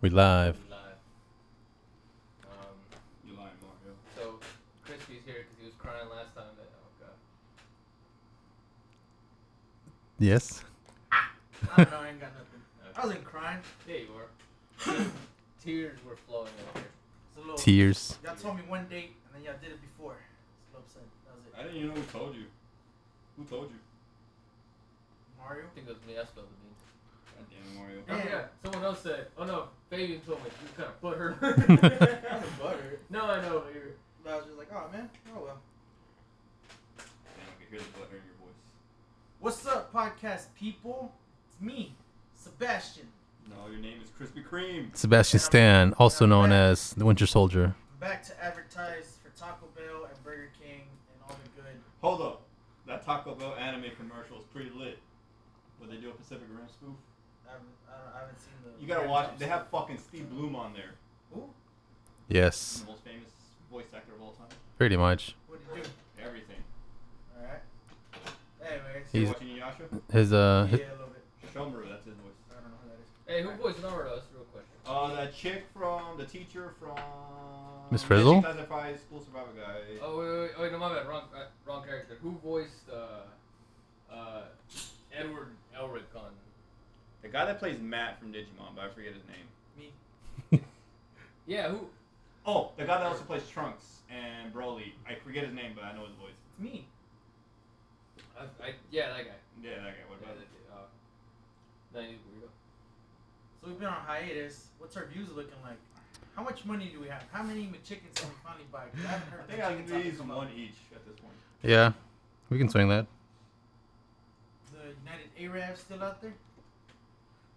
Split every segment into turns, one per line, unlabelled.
We live.
live. Um,
You're lying, Mario.
so Crispy's here because he was crying last time. That oh god,
Yes.
I don't know, I ain't got nothing.
Okay.
I wasn't crying.
yeah, you were. Tears were flowing out here.
It's a little.
Tears.
Y'all told me one date and then y'all did it before. It's a little upset. That was it.
I didn't even know who told you. Who told you?
Mario.
I think it was me. I spilled the beans.
God damn, Mario.
Oh
Yeah.
yeah, someone else said. Oh no, Fabian told me you kind of put her.
I was buttered,
no, I know. You're,
but I was just like, oh man, oh well.
Damn, I can hear the butter in your voice.
What's up, podcast people? It's me, Sebastian.
No, your name is Krispy Kreme.
Sebastian Stan, also known as the Winter Soldier.
I'm back to advertise for Taco Bell and Burger King and all the good.
Hold up. That Taco Bell anime commercial is pretty lit. What they do a Pacific Rim spoof?
I haven't, I, don't, I haven't seen the.
You gotta watch. it. They have fucking Steve Bloom on there.
Ooh,
Yes.
The most famous voice actor of all time.
Pretty much.
what do you do?
Everything.
All right. Anyways.
You
He's-
watching Inuyasha?
His uh
yeah,
hi-
a little bit.
Shomaru, that's his voice.
I don't know who that
hey,
is.
who voiced Naruto? That's a real question.
Uh, that chick from the teacher from.
Miss Frizzle?
Classified school survivor guy.
Oh wait, wait, wait, no, my bad. Wrong, uh, wrong character. Who voiced uh, uh, Edward Elric on?
The guy that plays Matt from Digimon, but I forget his name.
Me.
Yeah, who?
Oh, the guy that also plays Trunks and Broly. I forget his name, but I know his voice.
It's me.
I, I, yeah, that guy.
Yeah, that guy. What
Yeah,
about it?
that, uh, Nineties weirdo.
So we've been on hiatus. What's our views looking like? How much money do we have? How many McChickens can we finally buy? 'Cause I haven't
I
heard
think
the
I
chicken
can
topic
use
come up.
one each at this point.
yeah. We can swing that.
The United Arabs still out there?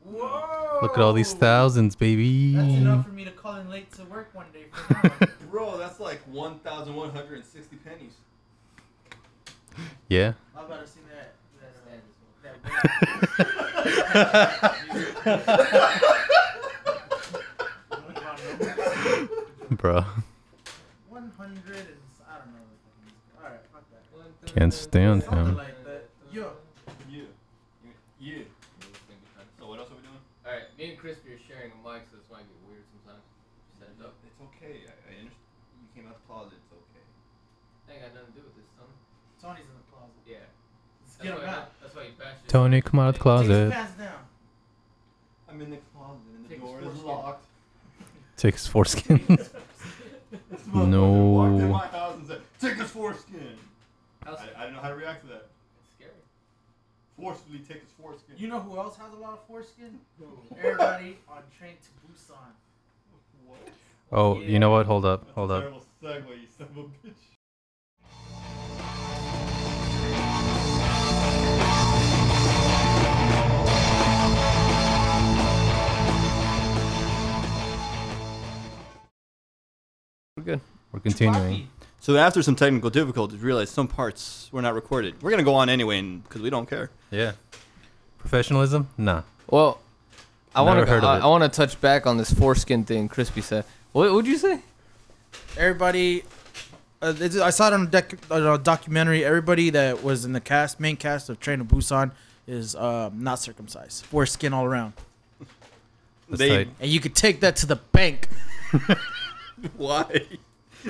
Whoa!
Look at all these thousands, baby.
That's enough for me to call in late to work one day for an hour.
Bro, that's like 1,160 pennies.
yeah.
I was about to see that. That, uh, that
Bro.
one hundred and s- I don't know. what the fuck it is. All right, fuck that.
Can't stand
Something
him.
like that. Yo,
Yeah. Yeah. So what else are we doing?
All right, me and Crispy are sharing a mic, so this might get weird sometimes. Set it up.
It's okay. I, I understand. You came out of the closet. It's okay.
I ain't got nothing to do with this, son.
Tony's in the closet.
Yeah.
Let's
That's
get
why,
him out.
that's why you bashed it.
Tony, come out of the
Take his
closet.
pants down.
I'm in the closet and the
Take
door
his
is
foreskin.
locked.
Take his foreskin.
This
No.
motherfucker Walked in my house and said, "Take his foreskin." I,
How's
I didn't know how to react to that.
It's scary.
Forcefully take his foreskin.
You know who else has a lot of foreskin? Everybody on Train to Busan.
What? That's
Oh, you know what? Hold up.
a
Hold up.
Terrible segue, you son of a bitch.
We're good. We're continuing.
Chupapi.
So after some technical difficulties, realized some parts were not recorded. We're gonna go on anyway because we don't care.
Yeah. Professionalism? Nah.
Well, I want
Never heard
to.
of
I,
it.
I want to touch back on this foreskin thing. Crispy said. What would you say?
everybody uh, it's, I saw it on a, doc, on a documentary. Everybody that was in the cast, main cast of Train to Busan, is um, not circumcised. Foreskin all around,
That's
They-
tight.
and you could take that to the bank.
Why? I'm,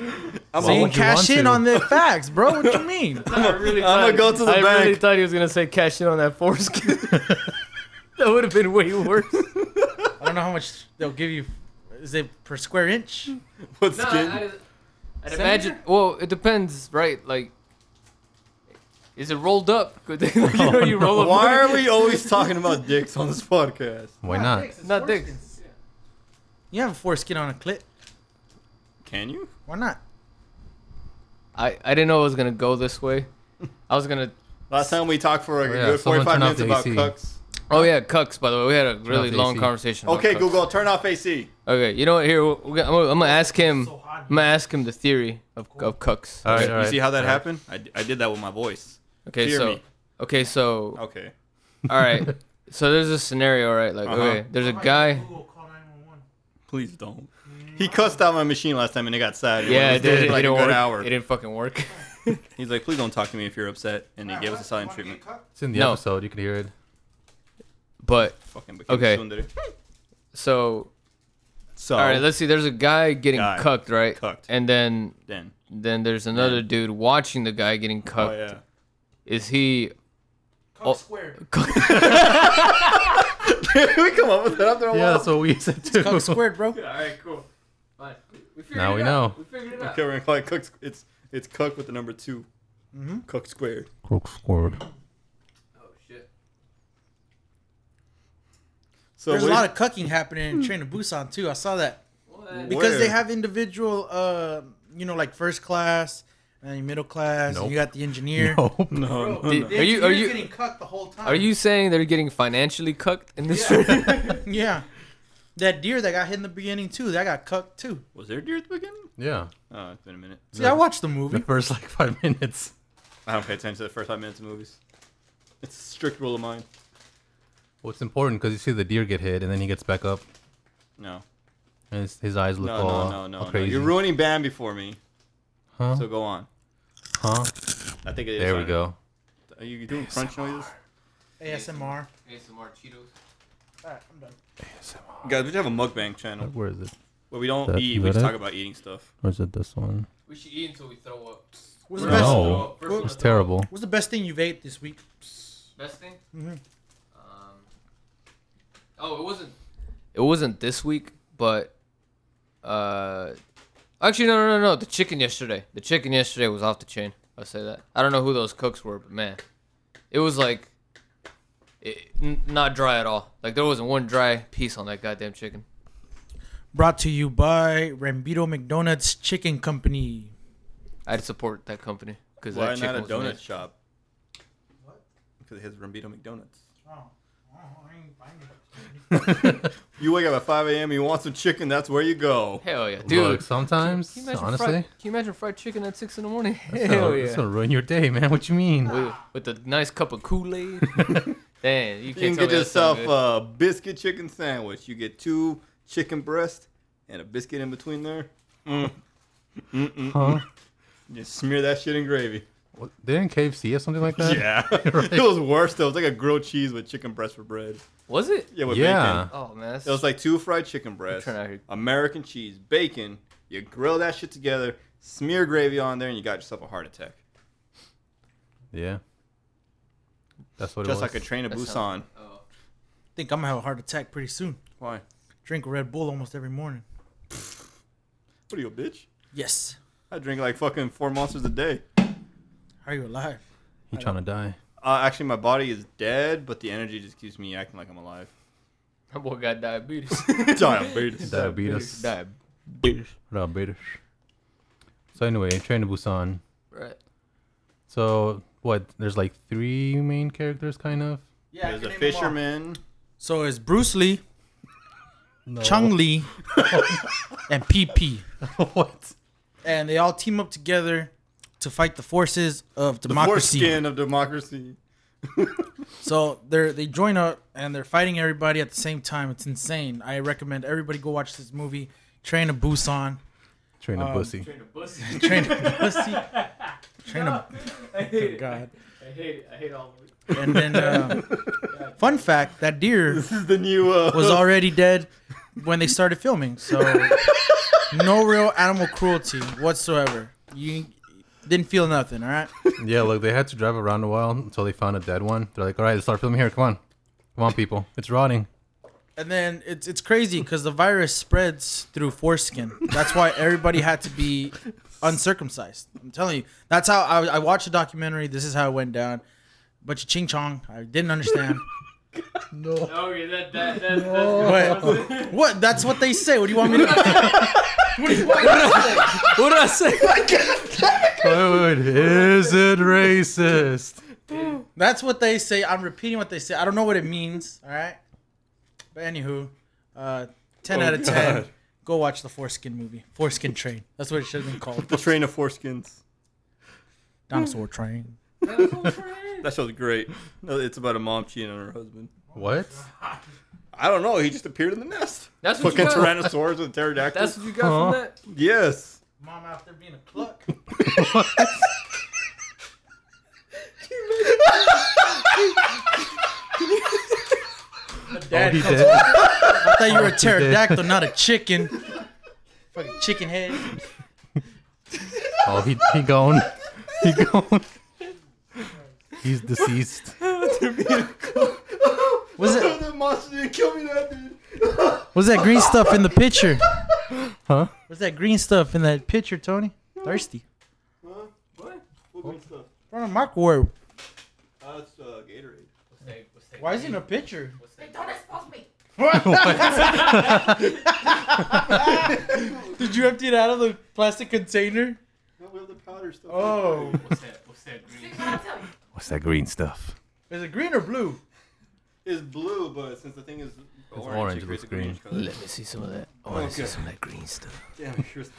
Why
So you
would
can
you want
cash in
to?
on the facts, bro. What you mean?
I really
I'm gonna go to the
I really
bank.
thought he was gonna say cash in on that foreskin. that would have been way worse.
I don't know how much they'll give you. Is it per square inch?
what
No,
skin?
I, would imagine. Well, it depends, right? Like, is it rolled up? Could they, you know, you roll up.
Why are we always talking about dicks on this podcast?
Why not?
dicks, it's
Not dicks.
foreskins. You have a foreskin on a clit.
Can you?
Why not?
I I didn't know it was gonna go this way. I was gonna.
Last time we talked for a
Oh, yeah,
good
someone
45
turn off
minutes
the
about
AC.
cucks.
Oh yeah, cucks. By the way, we had a really
off the
long
AC.
conversation. about
Okay,
cucks.
Google, turn off AC.
Okay, you know what? Here, we're, we're gonna, I'm, gonna, I'm gonna ask him.
So hot.
I'm gonna ask him the theory of, of cucks.
All right,
you
all right.
see how that
all right.
happened? I, d- I did that with my voice.
Okay,
Fear
so
me.
okay, so
Okay.
all right, so there's a scenario, right? Like,
Uh-huh.
okay, there's a guy.
Google, call 911.
Please don't. He cussed out my machine last time and it got sad. It
Yeah,
was
it did.
for
It
like a
didn't
good
work.
hour.
It didn't fucking work.
He's like, please don't talk to me if you're upset. And he gave us a silent treatment.
It's in the
No.
episode. You can hear it.
But
Fucking became
Okay.
tsundere.
so
So
All right, let's see. There's a guy getting
Oh. Guy.
cucked, right?
Cucked.
And then
then
then there's another dude watching the guy getting
oh
cucked.
yeah,
Is he? Oh.
square.
we come up with that after a
Yeah,
while.
that's what we said too.
Cock squared, bro.
All right, cool.
Fine. We figured
Now
it
we
out.
know.
We figured it
Okay, we're gonna call it cook. It's it's cook with the number 2
Mm-hmm.
Cook squared.
Crook squared.
Oh shit.
So
There's a
what
lot
if-
of cucking happening in Train to Busan too. I saw that
What?
because
Where?
they have individual, uh, you know, like first class and middle class.
Nope.
And you got the engineer.
Oh,
no, no,
Did-
no.
Are you- are you-
getting cucked the whole time?
Are you saying they're getting financially cucked in this?
Yeah. That deer that got hit in the beginning too. That got cucked too.
Was there deer at the beginning?
yeah.
Oh, it's been a minute.
See, I watched the movie.
The first like five minutes.
I don't pay attention to the first five minutes of movies. It's a strict rule of mine.
Well, it's important because you see the deer get hit and then he gets back up
No,
and his, his eyes
no,
look all,
no, no,
all
no, no.
crazy.
You're ruining Bambi for me.
huh?
So go on.
huh?
I think it is.
There we
on.
go.
Are you doing crunch noises?
ASMR.
ASMR Cheetos.
Alright, I'm done.
Guys, we should have a mukbang channel
Where is it?
where we don't
That-
eat. We
that
just
it?
talk about eating stuff.
Or is it this one?
We should eat until we throw up.
What's the
No.
best?
No,
First one
it's
to throw up.
terrible.
What's the best thing you've ate this week?
Best thing?
Mhm.
Um, oh, it wasn't. It wasn't this week, but uh, actually, no, no, no, no. The chicken yesterday. The chicken yesterday was off the chain. I'll say that. I don't know who those cooks were, but man, it was like, it, n- not dry at all. Like there wasn't one dry piece on that goddamn chicken.
Brought to you by Rambito McDonald's Chicken Company.
I'd support that company because
Why
that
not
chicken
a
was
donut
amazing.
shop?
What?
Because it has Rambito McDonuts.
Oh, I ain't buying it.
You wake up at 5 a.m. You want some chicken? That's where you go.
Hell yeah, dude.
Look, sometimes,
Can you imagine
honestly,
fried, can you imagine fried chicken at six in the morning?
it's
Hell
gonna,
yeah.
it's gonna ruin your day, man. What you mean?
with, with a nice cup of Kool Aid. Damn, you can't tell
You can get
me that's not
yourself
good.
a biscuit chicken sandwich. You get two chicken breasts and a biscuit in between there. Mm. Mm-mm.
Huh?
Just smear that shit in gravy.
What, didn't KFC have something like that?
Yeah.
Right.
It was worse though. It was like a grilled cheese with chicken breast for bread.
Was it?
Yeah, with
Yeah.
bacon.
Oh man, that's
It was like two fried chicken breasts,
trying out here.
American cheese, bacon. You grill that shit together, smear gravy on there, and you got yourself a heart attack.
Yeah. That's what
Just
it was.
like a train of
That
Busan.
sounds- oh.
Think I'm gonna have a heart attack pretty soon.
Why?
Drink Red Bull almost every morning.
What are you, a bitch?
Yes.
I drink like fucking four monsters a day.
How are you alive?
he trying to die.
Uh, actually, my body is dead, but the energy just keeps me acting like I'm alive.
That boy got diabetes.
Diabetes.
Diabetes.
diabetes.
Diabetes. So anyway, Train to Busan.
Right.
So what? There's like three main characters, kind of.
Yeah,
There's a fisherman.
So it's Bruce Lee,
No.
Oh.
Chung Lee, and PP.
what?
And they all team up together to fight the forces of
The
democracy.
foreskin of democracy.
So they're they join up and they're fighting everybody at the same time. It's insane. I recommend everybody go watch this movie. Train to Busan.
Train to
Um,
Bussy.
Train to Busan. Train to
I hate it.
God.
I hate it. I hate all of it.
And then, uh, fun fact: that deer
This is the new. Uh,
was already dead when they started filming. So no real animal cruelty whatsoever. You didn't feel nothing. All right.
yeah, look, they had to drive around a while until they found a dead one. They're like, all right, let's start filming here. Come on, come on, people, it's rotting.
And then it's it's crazy because the virus spreads through foreskin. That's why everybody had to be uncircumcised. I'm telling you, that's how I, I watched a documentary. This is how it went down. Bunch of ching chong. I didn't understand.
No.
Okay, that that that.
But what? That's what they say. What do you want me to?
What did I say?
Wait, wait, wait. Is it racist?
That's what they say. I'm repeating what they say. I don't know what it means. All right. But anywho, uh, ten
Oh,
out of ten.
God.
Go watch the foreskin movie. Foreskin train. That's what it should have been called.
the train of foreskins.
Dinosaur train.
That show's great. No, It's about a mom cheating on her husband.
What?
I don't know. He just appeared in the nest.
That's what you
Fucking
got.
Tyrannosaurus with pterodactyl.
That's what you got from
Huh?
that.
Yes.
Mom out there being a cluck.
Oh,
dad
he
comes
did.
I thought you were a
did.
pterodactyl, not a chicken. Fucking chicken head.
Oh, he he gone. He gone. He's deceased.
Was it?
that monster didn't kill me that dude.
Was that green stuff in the picture?
Huh?
What's that green stuff in that picture, Tony? Thirsty.
Huh? What? What green stuff?
From a microwave.
Uh, it's uh, Gatorade.
Why is he in a picture?
Don't expose me.
Did you empty it out of the plastic container?
No, we have the powder stuff.
Oh.
What's that? What's that green?
See what I'm telling you.
What's that green stuff?
Is it green or blue?
It's blue, but since the thing is orange,
orange,
it
it
creates a
looks green.
greenish color.
Let me see some of that. I want to see
Okay.
some of that green stuff.
Damn it, Chris.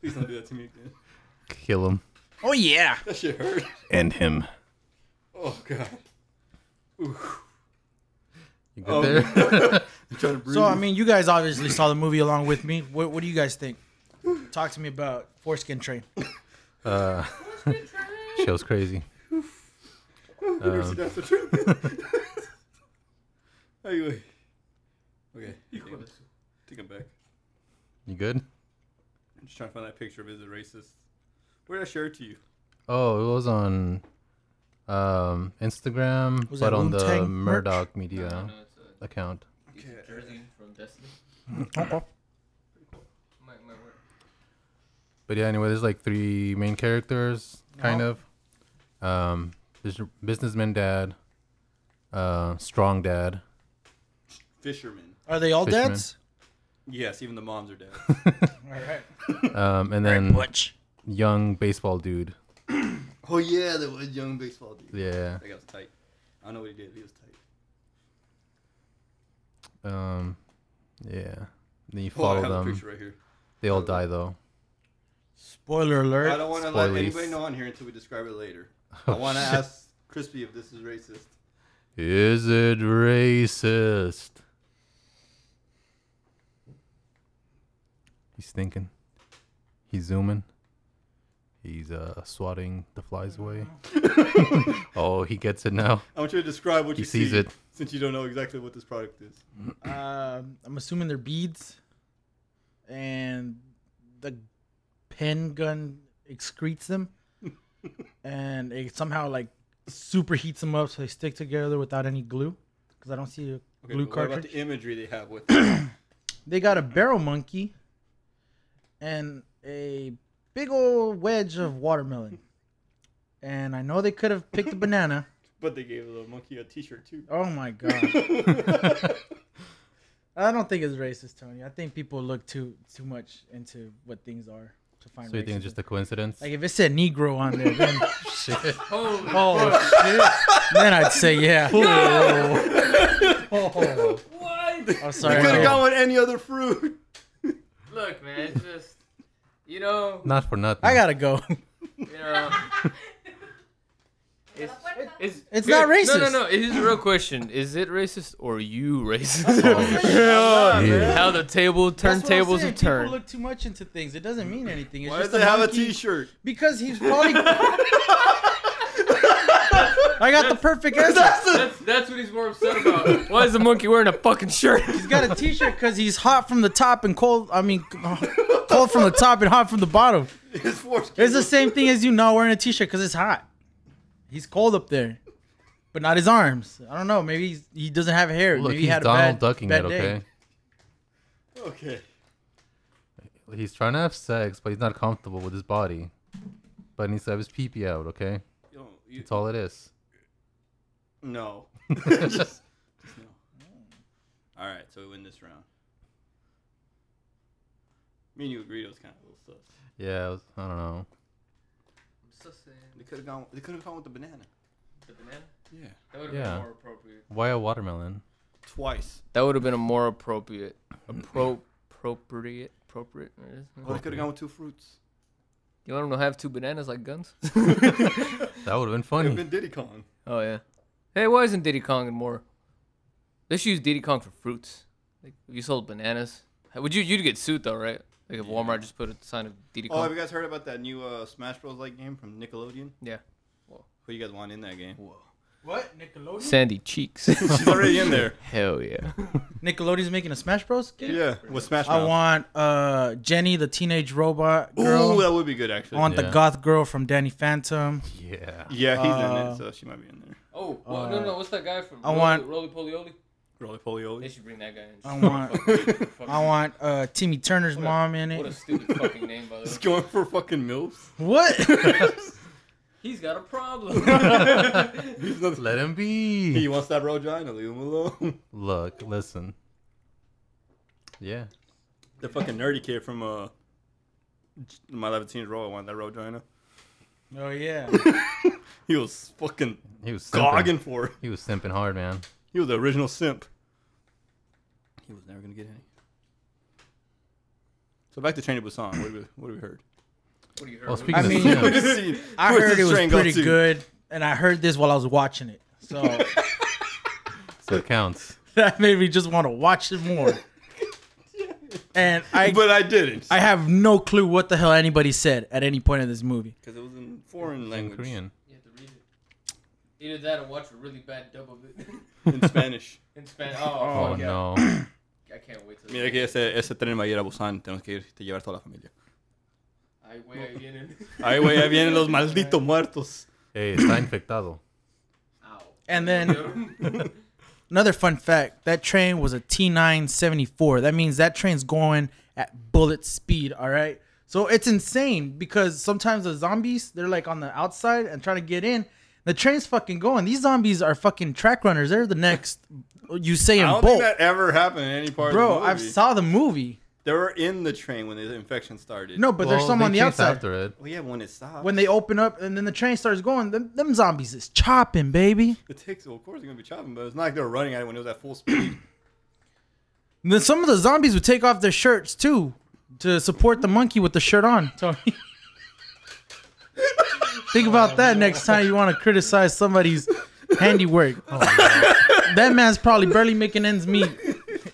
Please don't do that to me again.
Kill him.
Oh yeah.
That shit hurt.
End him.
Oh god.
You good
Oh.
there?
I'm trying to breathe.
So I mean, you guys obviously saw the movie along with me. What, what do you guys think? Talk to me about foreskin train.
Uh, show's crazy.
University,
Um,
that's the truth. anyway. Okay. Take it- Take it back.
You good?
I'm just trying to find that picture of is it racist? Where did I share it to you?
Oh, it was on um, Instagram,
Was
but
that
on the
Wu-Tang merch?
Murdoch Media account.
uh, Jersey from Destiny.
Uh-huh.
Might, might work.
But yeah, anyway, there's like three main characters, kind of. Um, there's your businessman dad, uh, strong dad.
Fisherman.
Are they all
Fishman.
dads?
Yes, even the moms are dead.
All right.
Um, and then young baseball dude.
oh yeah, there was young baseball dude.
Yeah.
That guy was tight. I don't know what he did, but he was tight.
Um, yeah. Then you
Oh, I
follow
have a
them.
picture right here.
They all die though.
Spoiler
I
alert.
don't want to let
Spoilies.
anybody know on here until we describe it later.
Oh,
I want to ask Crispy if this is racist.
Is it racist? He's thinking. He's zooming. He's uh swatting the flies away. oh, he gets it now.
I want you to describe what
He
you
sees
see,
it.
since you don't know exactly what this product is.
Um I'm assuming they're beads, and the pen gun excretes them, and it somehow like superheats them up so they stick together without any glue. Because I don't see a
Okay,
glue
but what about
cartridge.
the imagery they have with it?
they got a barrel monkey and a big old wedge of watermelon. And I know they could have picked a banana.
but they gave the monkey a T-shirt too.
Oh my god. I don't think it's racist, Tony. I think people look too too much into what things are to find.
So you think
racism.
it's just a coincidence?
like if it said Negro on there, then
Shit.
oh shit, then I'd say yeah. Oh.
What?
I'm
You
sorry.
could have
I-
gone with any other fruit.
Look, man, it's just you know,
Not for nothing.
I gotta go.
you know. It's, it's,
It's not
No, no,
racist.
no. It is a real question. Is it racist or you racist?
Yeah.
How the table
That's what I'm
turntables
saying.
have turned.
People look too much into things. It doesn't mean anything. It's
Why
just
does it have a
monkey-
T-shirt?
Because he's probably. I got the perfect answer.
that's, that's what he's more upset about. Why is the monkey wearing a fucking shirt?
He's got a T-shirt because he's hot from the top and cold. I mean, cold from the top and hot from the bottom.
It's foreskin.
It's the same thing as you not wearing a T-shirt because it's hot. He's cold up there, but not his arms. I don't know. Maybe he's, he doesn't have hair.
Look,
Maybe
he's
he had
Donald
a bad,
ducking
bad
it,
day.
okay?
Okay.
He's trying to have sex, but he's not comfortable with his body. But he needs to have his pee pee out, okay?
You don't. You,
That's all it is.
no. just, just no. All right, so we win this round. Me and you agreed it was kind of a little sus.
Yeah, it was, I don't know.
They could have gone. They could have gone with the banana. Yeah.
Yeah. more Why a watermelon?
Twice.
That would have been a more appropriate, appro- appropriate, appropriate. what it is?
Or they could have gone with two fruits.
You want him to have two bananas like guns?
That would have been
It would
funny.
have been Diddy Kong.
Oh yeah. Hey, why isn't Diddy Kong and more? They should use Diddy Kong for fruits. Like, if you sold bananas, would you? You'd get sued though, right? Like if Walmart just put a sign of Diddy
Oh,
Kong.
have you guys heard about that new uh, Smash Bros. like game from Nickelodeon?
yeah.
Who you guys want in that game? Whoa.
What? Nickelodeon?
Sandy cheeks.
She's already in there.
Hell yeah.
Nickelodeon's making a Smash Bros. game?
Yeah, with Smash
I
Mouth.
want uh, Jenny, the teenage robot girl.
Ooh, that would be good actually.
I want the
Yeah.
goth girl from Danny Phantom.
Yeah.
yeah, he's in
Uh,
it, so she might be in there.
Oh,
well, no, Uh, no,
What's that guy from?
I Roly- want-
Roly Poly Oly.
Roly Poly
They
Oly.
should bring that guy in.
I want- I want uh, Timmy Turner's
What a-
mom in
What a
it.
stupid fucking name, by the
He's
way.
going for fucking milfs.
What?
He's got a problem.
He's not-
Let him
he
be.
wants that Rogina. Leave him alone.
Look, listen. Yeah.
the fucking nerdy kid from uh, my 17th row. I want that Rogina.
oh yeah.
He was fucking
He was simping.
gogging for it.
He was simping hard, man.
He was the original simp. He was never gonna get any. So back to Train to Busan. What have we, what have we heard?
what do you heard?
Well,
What do
speaking
mean-
of simp,
I
Where's
heard
this
it was
train go
pretty
to?
good, and I heard this while I was watching it, so
so it counts.
that made me just want to watch it more. And I,
but I didn't.
I have no clue what the hell anybody said at any point in this movie.
Because it was in foreign
In
language.
Korean.
you have to read it. Either that or watch a really bad dub of it
In Spanish.
in Spanish.
Oh,
Oh, fuck yeah.
no.
I can't wait to.
Mira que ese, ese tren va a ir a Busan. Tenemos que ir, te llevar toda la familia.
I wait again. in.
Ahí, güey, ahí vienen los malditos muertos.
Hey, está infectado.
Ow.
And then- Another fun fact: that train was a T nine seventy four. That means that train's going at bullet speed. All right, so it's insane because sometimes the zombies they're like on the outside and trying to get in. The train's fucking going. These zombies are fucking track runners. They're the next
I
Usain
don't
Bolt,
think that ever happened in any part
bro.
of the
I
movie.
saw the movie.
They were in the train when the infection started.
No, but
Well,
there's some
they
on the
chased
outside.
After it.
Well, yeah, when it stopped.
When they open up and then the train starts going, them, them zombies is chopping, baby.
It takes, well, of course, they're going to be chopping, but it's not like they were running at it when it was at full speed.
And then some of the zombies would take off their shirts too to support the monkey with the shirt on. Tony. Think about that next time you want to criticize somebody's handiwork. that man's probably barely making ends meet,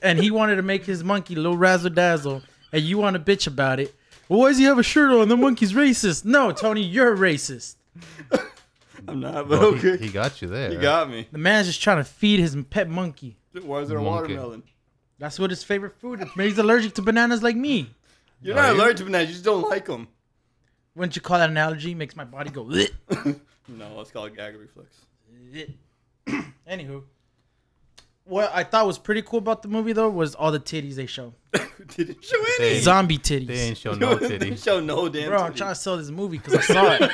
and he wanted to make his monkey little razzle dazzle, and you want to bitch about it. Well, why does he have a shirt on? The monkey's racist. No, Tony, you're a racist.
I'm not, but
Well, he-
okay.
He, got you there.
You got me.
The man's just trying to feed his pet monkey.
Why is there a
Monkey.
watermelon?
That's what his favorite food is. Maybe he's allergic to bananas like me.
You're
Are
not
you?
allergic to bananas. You just don't like them.
Wouldn't you call that an allergy? Makes my body go. "Bleh."
No, let's call it gag reflex.
Anywho, what I thought was pretty cool about the movie though was all the titties they show.
Didn't show any.
Hey.
Zombie
They
titties.
ain't show no
Didn't
titty.
show no damn
Bro, I'm
titty.
trying to sell this movie because I saw it.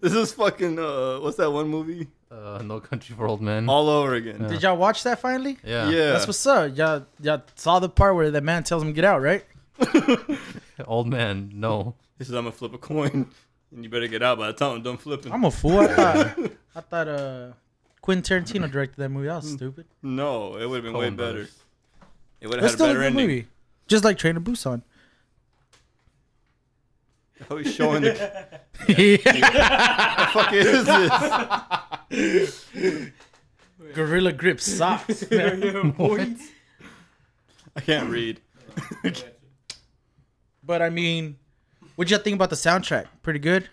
This is fucking, uh, what's that one movie?
Uh, no country for old men.
All over again.
Did y'all watch that finally?
yeah.
That's what's up. Y'all, y'all saw the part where the man tells him get out, right?
Old man, no.
He says, I'm gonna flip a coin, and you better get out by the time I'm done flipping.
I'm a fool. I thought, I thought uh, Quentin Tarantino directed that movie. I
Mm.
was stupid.
no, it would have been way
Coen
better.
Brothers.
It would have
That's
had a
still a
better
good
ending.
movie. Just like Train to Busan.
How he's showing the fuck is this?
Gorilla Grip socks.
I can't read.
but I mean, what y'all think about the soundtrack? Pretty good.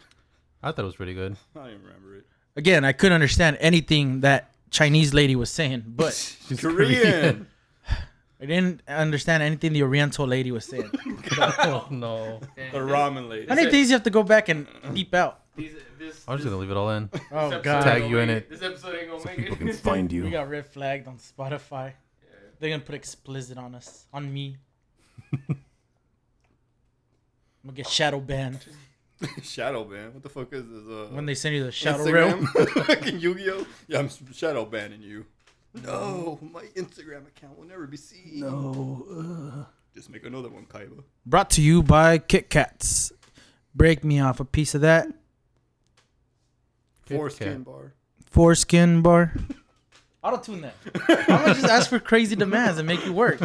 I thought it was pretty good.
I don't even remember it.
again, I couldn't understand anything that Chinese lady was saying, but
She's
Korean.
I didn't understand anything the Oriental lady was saying.
oh, no.
the ramen lady.
How many things you have to go back and deep out?
These, this,
I'm just going to leave it all in.
Oh
this episode
god,
Tag
ain't
you
gonna
in
make
it.
This episode ain't gonna make
People
it.
can find
we
you.
got red flagged on Spotify. They're gonna put explicit on us, on me. I'm gonna get shadow banned
Shadow Ban. What the fuck is this? Uh,
when they send you the shadow realm.
Instagram? Fucking Yu Gi Oh! Yeah, I'm s- shadow banning you. No, my Instagram account will never be seen.
No.
Just make another one, Kaiba.
Brought to you by Kit Kats. Break me off a piece of that
Kit
Foreskin
Kat.
bar.
foreskin bar. Auto tune that. I'm gonna just ask for crazy demands and make you work.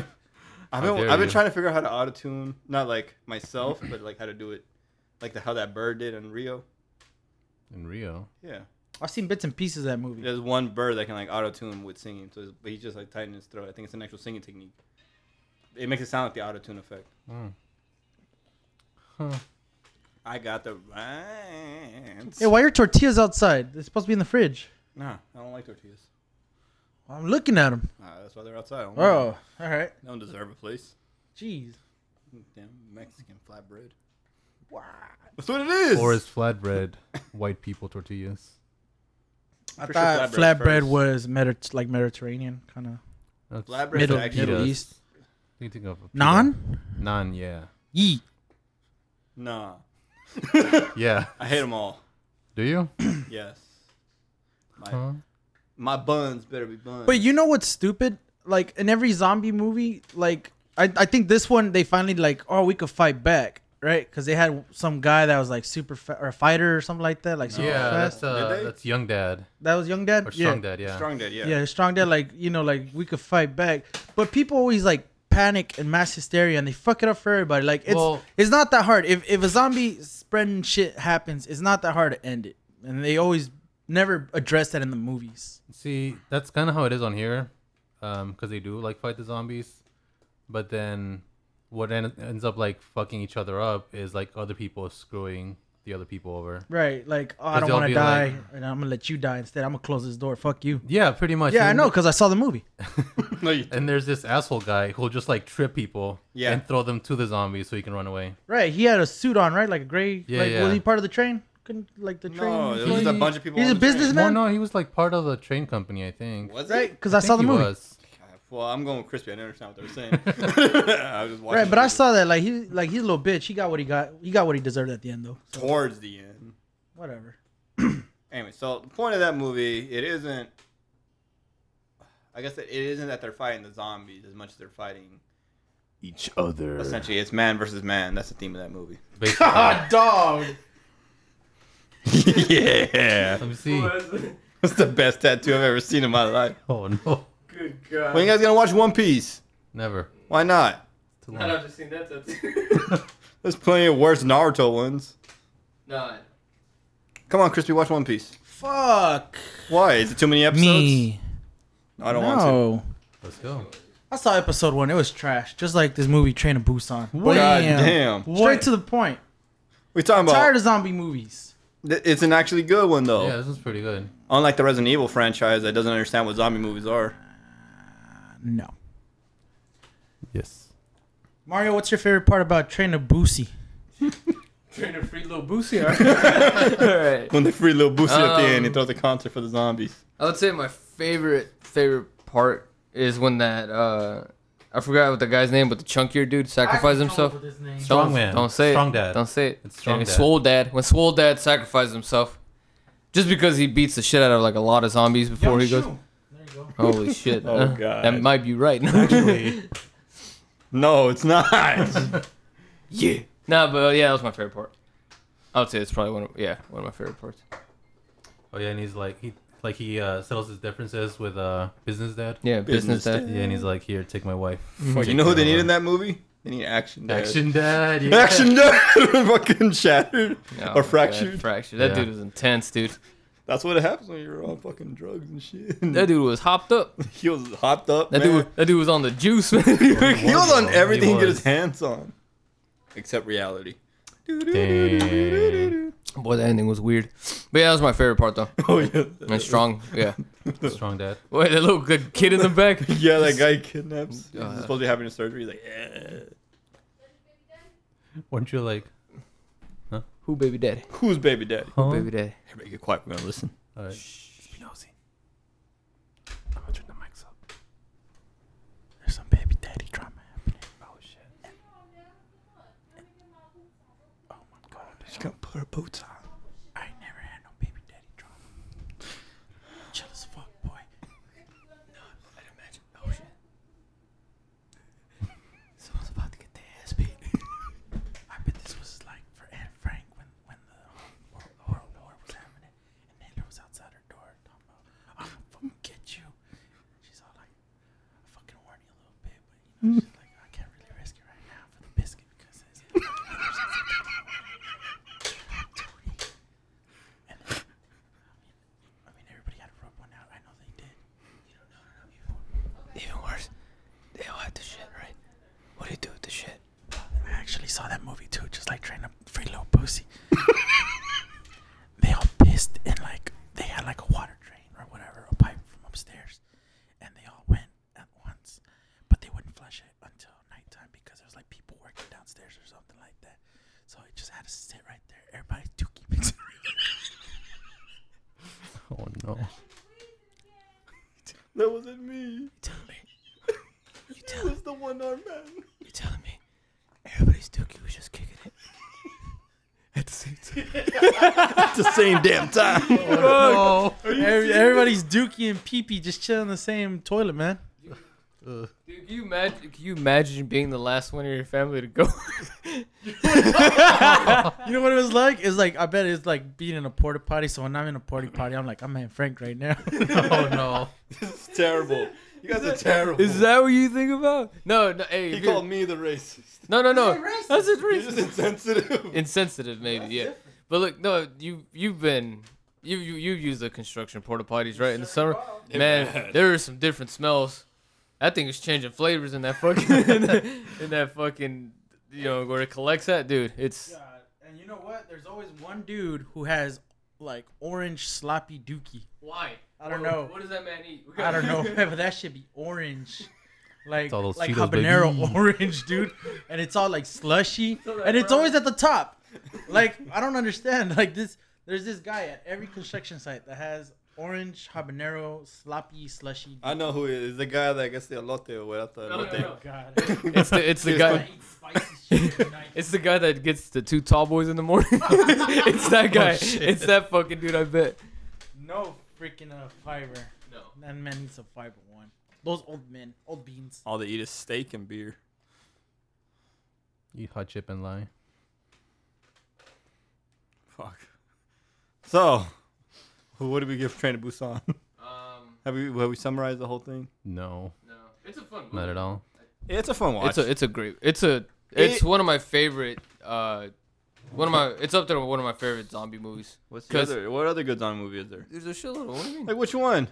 I've
How
been
dare
I've been
you.
trying to figure out how to auto tune, not like myself, but like how to do it, like the, how that bird did in Rio.
In Rio.
Yeah,
I've seen bits and pieces of that movie.
there's one bird that can like auto tune with singing, so it's- but he just like tightened his throat. I think it's an actual singing technique.
Hmm.
It makes it sound like the auto tune effect. I got the vines.
Hey, why are your tortillas outside? They're supposed to be in the fridge.
Nah, I don't like tortillas.
I'm looking at them.
Nah, that's why they're outside. I don't like
Oh, all right.
them. They don't deserve a place.
Jeez.
Damn Mexican flatbread. That's what it is.
Or is flatbread white people tortillas?
I
For sure
thought
flatbread
flatbread
first.
was Mediter- like Mediterranean kind of
That's
flatbread
Middle,
actually
Middle
Yes.
East.
you think of a pita.
Naan?
Naan, yeah,
Yeet.
Nah,
yeah.
I hate them all.
Do you?
Yes. My
Huh?
my buns better be buns.
But you know what's stupid? Like in every zombie movie, like I, I think this one they finally like, oh, we could fight back, right? Because they had some guy that was like super fa- or a fighter or something like that, like super
Yeah,
fast.
that's uh,
Did they?
that's young dad
that was young dad.
or
yeah.
strong dad, yeah.
strong dad, yeah.
yeah, strong dad. Like you know, like we could fight back. But people always like panic and mass hysteria, and they fuck it up for everybody. Like it's
Well-
it's not that hard. If if a zombie spreading shit happens, it's not that hard to end it. And they always never address that in the movies.
See, that's kind of how it is on here, um, because they do like fight the zombies, but then what en- ends up like fucking each other up is like other people screwing the other people over.
Right, like oh, I
'Cause
don't
they'll
want to
be
die,
like-
and I'm gonna let you die instead. I'm gonna close this door. Fuck you.
Yeah, pretty much.
Yeah, I
And-
know, cause I saw the movie.
No, you-
And there's this asshole guy who'll just like trip people
Yeah.
and throw them to the zombies so he can run away.
Right, he had a suit on, right, like a gray.
Yeah,
like,
yeah.
Was he part of the train? Couldn't like the train?
no, there was
employee?
just a bunch of people.
He's
on
a
the train.
businessman?
Well, no, he was like part of the train company, I think.
Was
right,
it?
because I, saw
think
the
he
movie.
was.
Well, I'm going crispy. I didn't understand what they were saying. I was just watching.
Right, but I
it
saw that like he like he's a little bitch. He got what he got. He got what he deserved at the end though.
towards the end.
Whatever.
Anyway, so the point of that movie, it isn't. I guess it isn't that they're fighting the zombies as much as they're fighting
Each other.
Essentially, it's man versus man. That's the theme of that movie.
Basically.
dog.
yeah,
Let me see.
that's the best tattoo I've ever seen in my life.
Oh no,
Good God.
When you guys gonna watch One Piece?
never.
Why not?
Too
I'd
long.
have just seen that tattoo.
There's plenty of worse Naruto ones.
nah.
Come on, Crispy, watch One Piece.
Fuck
Why? Is it too many episodes?
me.
No, I don't want
No.
Let's go.
I saw episode one. It was trash, just like this movie Train to Busan.
to. God damn.
Straight to the point.
We talking about?
Tired of zombie movies.
Th- It's an actually good one though.
Yeah, this was pretty good.
Unlike the Resident Evil franchise that doesn't understand what zombie movies are.
No.
Yes.
Mario, what's your favorite part about Train to Busi?
Trying to free little Boosie. All right.
When they free little Boosie at the end, he
Um,
throws a concert for the zombies.
I would say my favorite favorite part is when that uh I forgot what the guy's name, but the chunkier dude sacrificed himself.
Strong
Don't-
man.
Don't say
Strong
it.
dad.
Don't say it.
It's strong
and
dad.
Swole dad. When swole dad sacrifices himself, just because he beats the shit out of like a lot of zombies before he goes. Holy shit!
Oh,
Uh,
God.
That might be right.
No, it's not.
yeah. Nah, but uh, yeah, that was my favorite part. I would say it's probably one of yeah one of my favorite parts.
Oh yeah, and he's like he like he uh, settles his differences with uh business dad.
Yeah, business,
Business
dad.
Yeah, and he's like, here, take my wife.
Well, Mm-hmm. you know who they need in that movie? They need action. Dad.
Action dad. Yeah.
Action dad fucking shattered
Oh, my
or
God,
fractured.
Fractured. That
Yeah.
dude was intense, dude.
That's what happens when you're on fucking drugs and shit.
That dude was hopped up.
he was hopped up.
That
man.
dude. That dude was on the juice, man.
he was on
He
everything he could get
was.
his hands on, except reality.
Damn.
Boy, that ending was weird. But yeah, that was my favorite part though.
Oh yeah,
And strong. Yeah.
Strong dad.
Wait, that little good kid in the back.
yeah. That guy kidnaps. He's
Uh,
supposed to be having a surgery. He's like, yeah.
Weren't you like?
Who baby daddy?
Who's Oh, baby daddy?
Huh?
Baby daddy.
Everybody get quiet. We're gonna listen.
All right. Spinozzi. I'm gonna turn the mics up.
There's some baby daddy drama.
Oh shit.
She's gonna put her boots on.
Oh, I never had no baby daddy drama. Chill as fuck, boy.
Someone's about to get their ass beat.
I bet this was like for Anne Frank when, when the World, World War was happening and Hitler was outside her door talking about, I'm gonna fucking get you. She's all like, I fucking warn you a little bit, but you know, she's like, I can't really risk it right now for the biscuit because it's. Duty. saw that movie too, just like trying to free little pussy. they all pissed and like they had like a water drain or whatever, a pipe from upstairs, and they all went at once, but they wouldn't flush it until nighttime because there was like people working downstairs or something like that. So it just had to sit right there. Everybody's dookie mixing.
Oh no.
That wasn't me.
Tell me,
You tell was the one armed man.
you telling me, everybody's dookie was just kicking it.
It's the same damn time.
Oh,
Every, everybody's dookie and pee pee just chilling in the same toilet, man.
no. Ugh.
Dude, can you imagine? Can you imagine being the last one in your family to go?
You know what it was like? It's like I bet it's like being in a porta potty. So when I'm in a porta potty, I'm like, I'm in Frank right now.
oh no.
It's terrible. You guys are terrible.
Is that what you think about? No, no. Hey,
he
if you're-
called me the racist.
no, no, no. That's just
You're
racist.
just insensitive.
insensitive maybe yeah but look no you you've been you you you used the construction porta potties right in the summer man there are some different smells that thing is changing flavors in that fucking in that fucking you know where it collects that dude it's
and you know what? There's always one dude who has like orange sloppy dookie.
why
I don't know.
does that man eat
I don't know, but that should be orange. Like,
all those
like
Cheetos,
habanero
baby.
orange, dude. And it's all like slushy.
that
And it's
brown-
always at the top. Like, I don't understand. Like, this, there's this guy at every construction site that has orange, habanero, sloppy, slushy.
I know who he is. The guy that gets the elote or whatever.
No, no,
elote.
no.
God.
it's the it's the guy it's the guy that gets the two tall boys in the morning it's that guy it's that fucking dude i bet
No freaking uh, fiber.
no
That man needs a fiber one. Those old men, old beans.
All they eat is steak and beer.
Eat hot chip and lie.
Fuck. So, who- what did we give Train to Busan?
um
Have we have we summarized the whole thing?
No,
no it's a fun
not at all.
Mm-hmm. It's a fun watch.
It's a it's a great it's a it's
It-
one of my favorite uh one of my it's up there with one of my favorite zombie movies.
What's the
'Cause-
other? What other good zombie movie is there?
There's a shitload. What do you mean?
Like which one?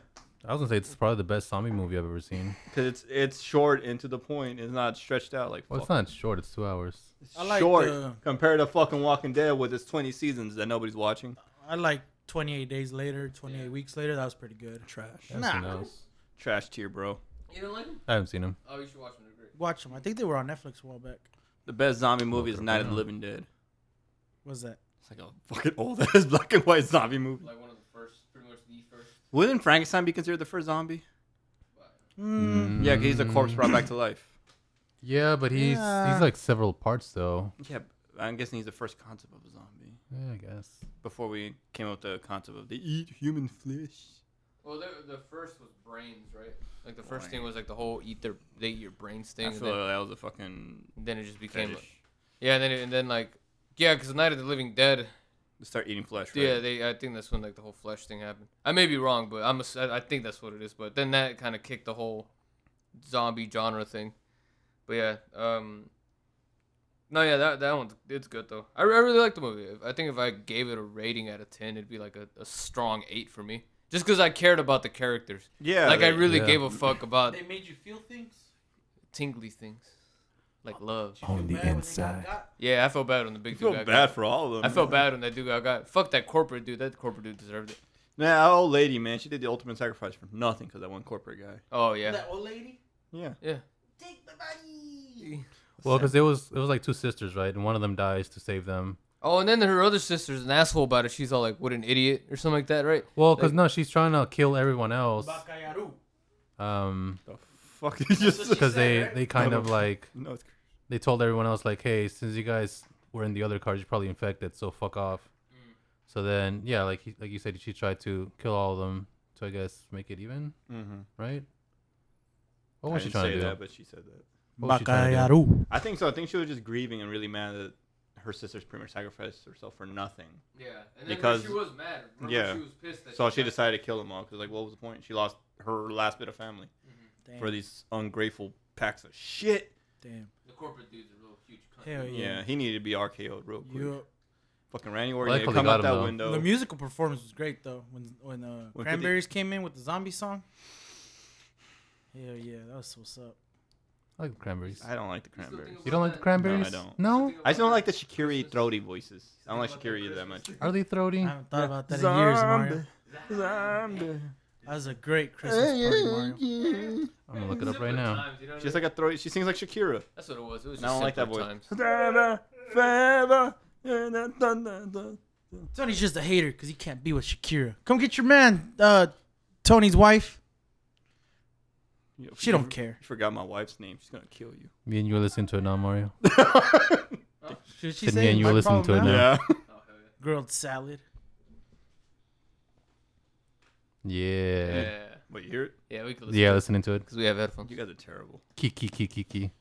I was gonna say it's probably the best zombie movie I've ever seen.
Because it's it's short and to the point. It's not stretched out like
Well,
fuck.
it's not short. It's two hours.
It's
I like
short
the-
compared to fucking Walking Dead with its 20 seasons that nobody's watching.
I like 28 days later, 28 weeks later. That was pretty good.
Trash.
I haven't seen
Nah.
those.
Trash tier, bro.
You didn't like them?
I haven't seen them.
Oh, you should watch them. They're great.
Watch them. I think they were on Netflix a while back.
The best zombie movie is
they're
Night of the
brown.
Living Dead.
Was that?
It's like a fucking old ass black and white zombie movie.
Like one of the first, pretty much the first.
Wouldn't Frankenstein be considered the first zombie?
Mm.
Mm-hmm.
Yeah, 'cause he's a corpse brought
Mm.
back to life.
Yeah, but he's
Yeah.
he's like several parts though.
Yeah, but I'm guessing he's the first concept of a zombie.
Yeah, I guess.
Before we came up with the concept of they eat human flesh.
Well, the the first was brains, right? Like the first thing was like the whole eat their they eat your brains thing.
I
and
feel
then,
like that was a fucking
then it just became
fetish.
yeah, and then and then like yeah, because Night of the Living Dead.
They start eating flesh, right?
Yeah, they. I think that's when like the whole flesh thing happened. I may be wrong, but I'm. ass- I I think that's what it is. But then that kind of kicked the whole zombie genre thing. But yeah, um, no, yeah, that that one's it's good though. I, re- I really like the movie. If- I think if I gave it a rating out of ten, it'd be like a, a strong eight for me, just because I cared about the characters.
yeah.
like I
they-
really
yeah.
gave a fuck about
made you feel things
tingly things, like love.
On the inside.
Yeah, I felt bad on the big
I feel
dude. I got-
bad for all of them.
I felt bad on that dude. I got fuck that corporate dude. That corporate dude deserved it.
Nah, that old lady, man, she did the ultimate sacrifice for nothing because that one corporate guy.
Oh yeah.
old lady.
Yeah.
Yeah.
Well, because it was it was like two sisters, right? And one of them dies to save them.
Oh, and then her other sister's an asshole about it. She's all like, "What an idiot" or something like that, right?
Well, because
Like-
no, she's trying to kill everyone else.
Bacayaru.
Um,
The fuck you just.
because they
right?
they kind
No,
of
no.
like
No, it's
they told everyone else like, hey, since you guys were in the other cars, you're probably infected, so fuck off. So then, yeah, like he, like you said, she tried to kill all of them to I guess make it even,
Mm-hmm.
right? What
I
was she
didn't
trying
say
to do?
that, but she said that.
What was she trying to do?
I think so. I think she was just grieving and really mad that her sister's pretty much sacrificed herself for nothing.
Yeah, and
then Because- she
was mad.
Remember, yeah. she
was pissed.
So she decided to kill them all because, like, what was the point? She lost her last bit of family
Damn.
for these ungrateful packs of shit.
Damn.
the corporate dude's a real huge
Hell
Yeah,
yeah.
he needed to be RKO'd real quick.
You,
Fucking Randy Orton
Well,
needed
they
to come
got
out
him,
that
though.
window.
the musical performance was great though. When when uh,
When
Cranberries came in with the zombie song. Hell yeah, that was what's up.
I like the cranberries.
I don't like the cranberries.
You don't like the cranberries?
don't.
No?
I just don't like the Shakiri throaty voices. I don't like Shakiri that much.
Are they throaty?
I haven't thought about that in years, Mario. That was a great Christmas party, Mario.
I'm gonna look it up right now.
She's like a throaty. She sings like Shakira.
That's what it was. It was
I
just
don't like that
simpler
voice.
times.
Tony's just a hater because he can't be with Shakira. Come get your man, uh, Tony's wife. She don't care.
You forgot my wife's name. She's gonna kill you.
Me and you are listening to it now, Mario.
Should she
Said me
say
and you
my
were listening
problem
to it
now?
now.
Grilled salad.
Yeah.
Yeah.
Wait, you hear it?
Yeah, we could listen.
Yeah, listening to it.
Because we have headphones.
You guys are terrible.
Kiki, kiki, kiki.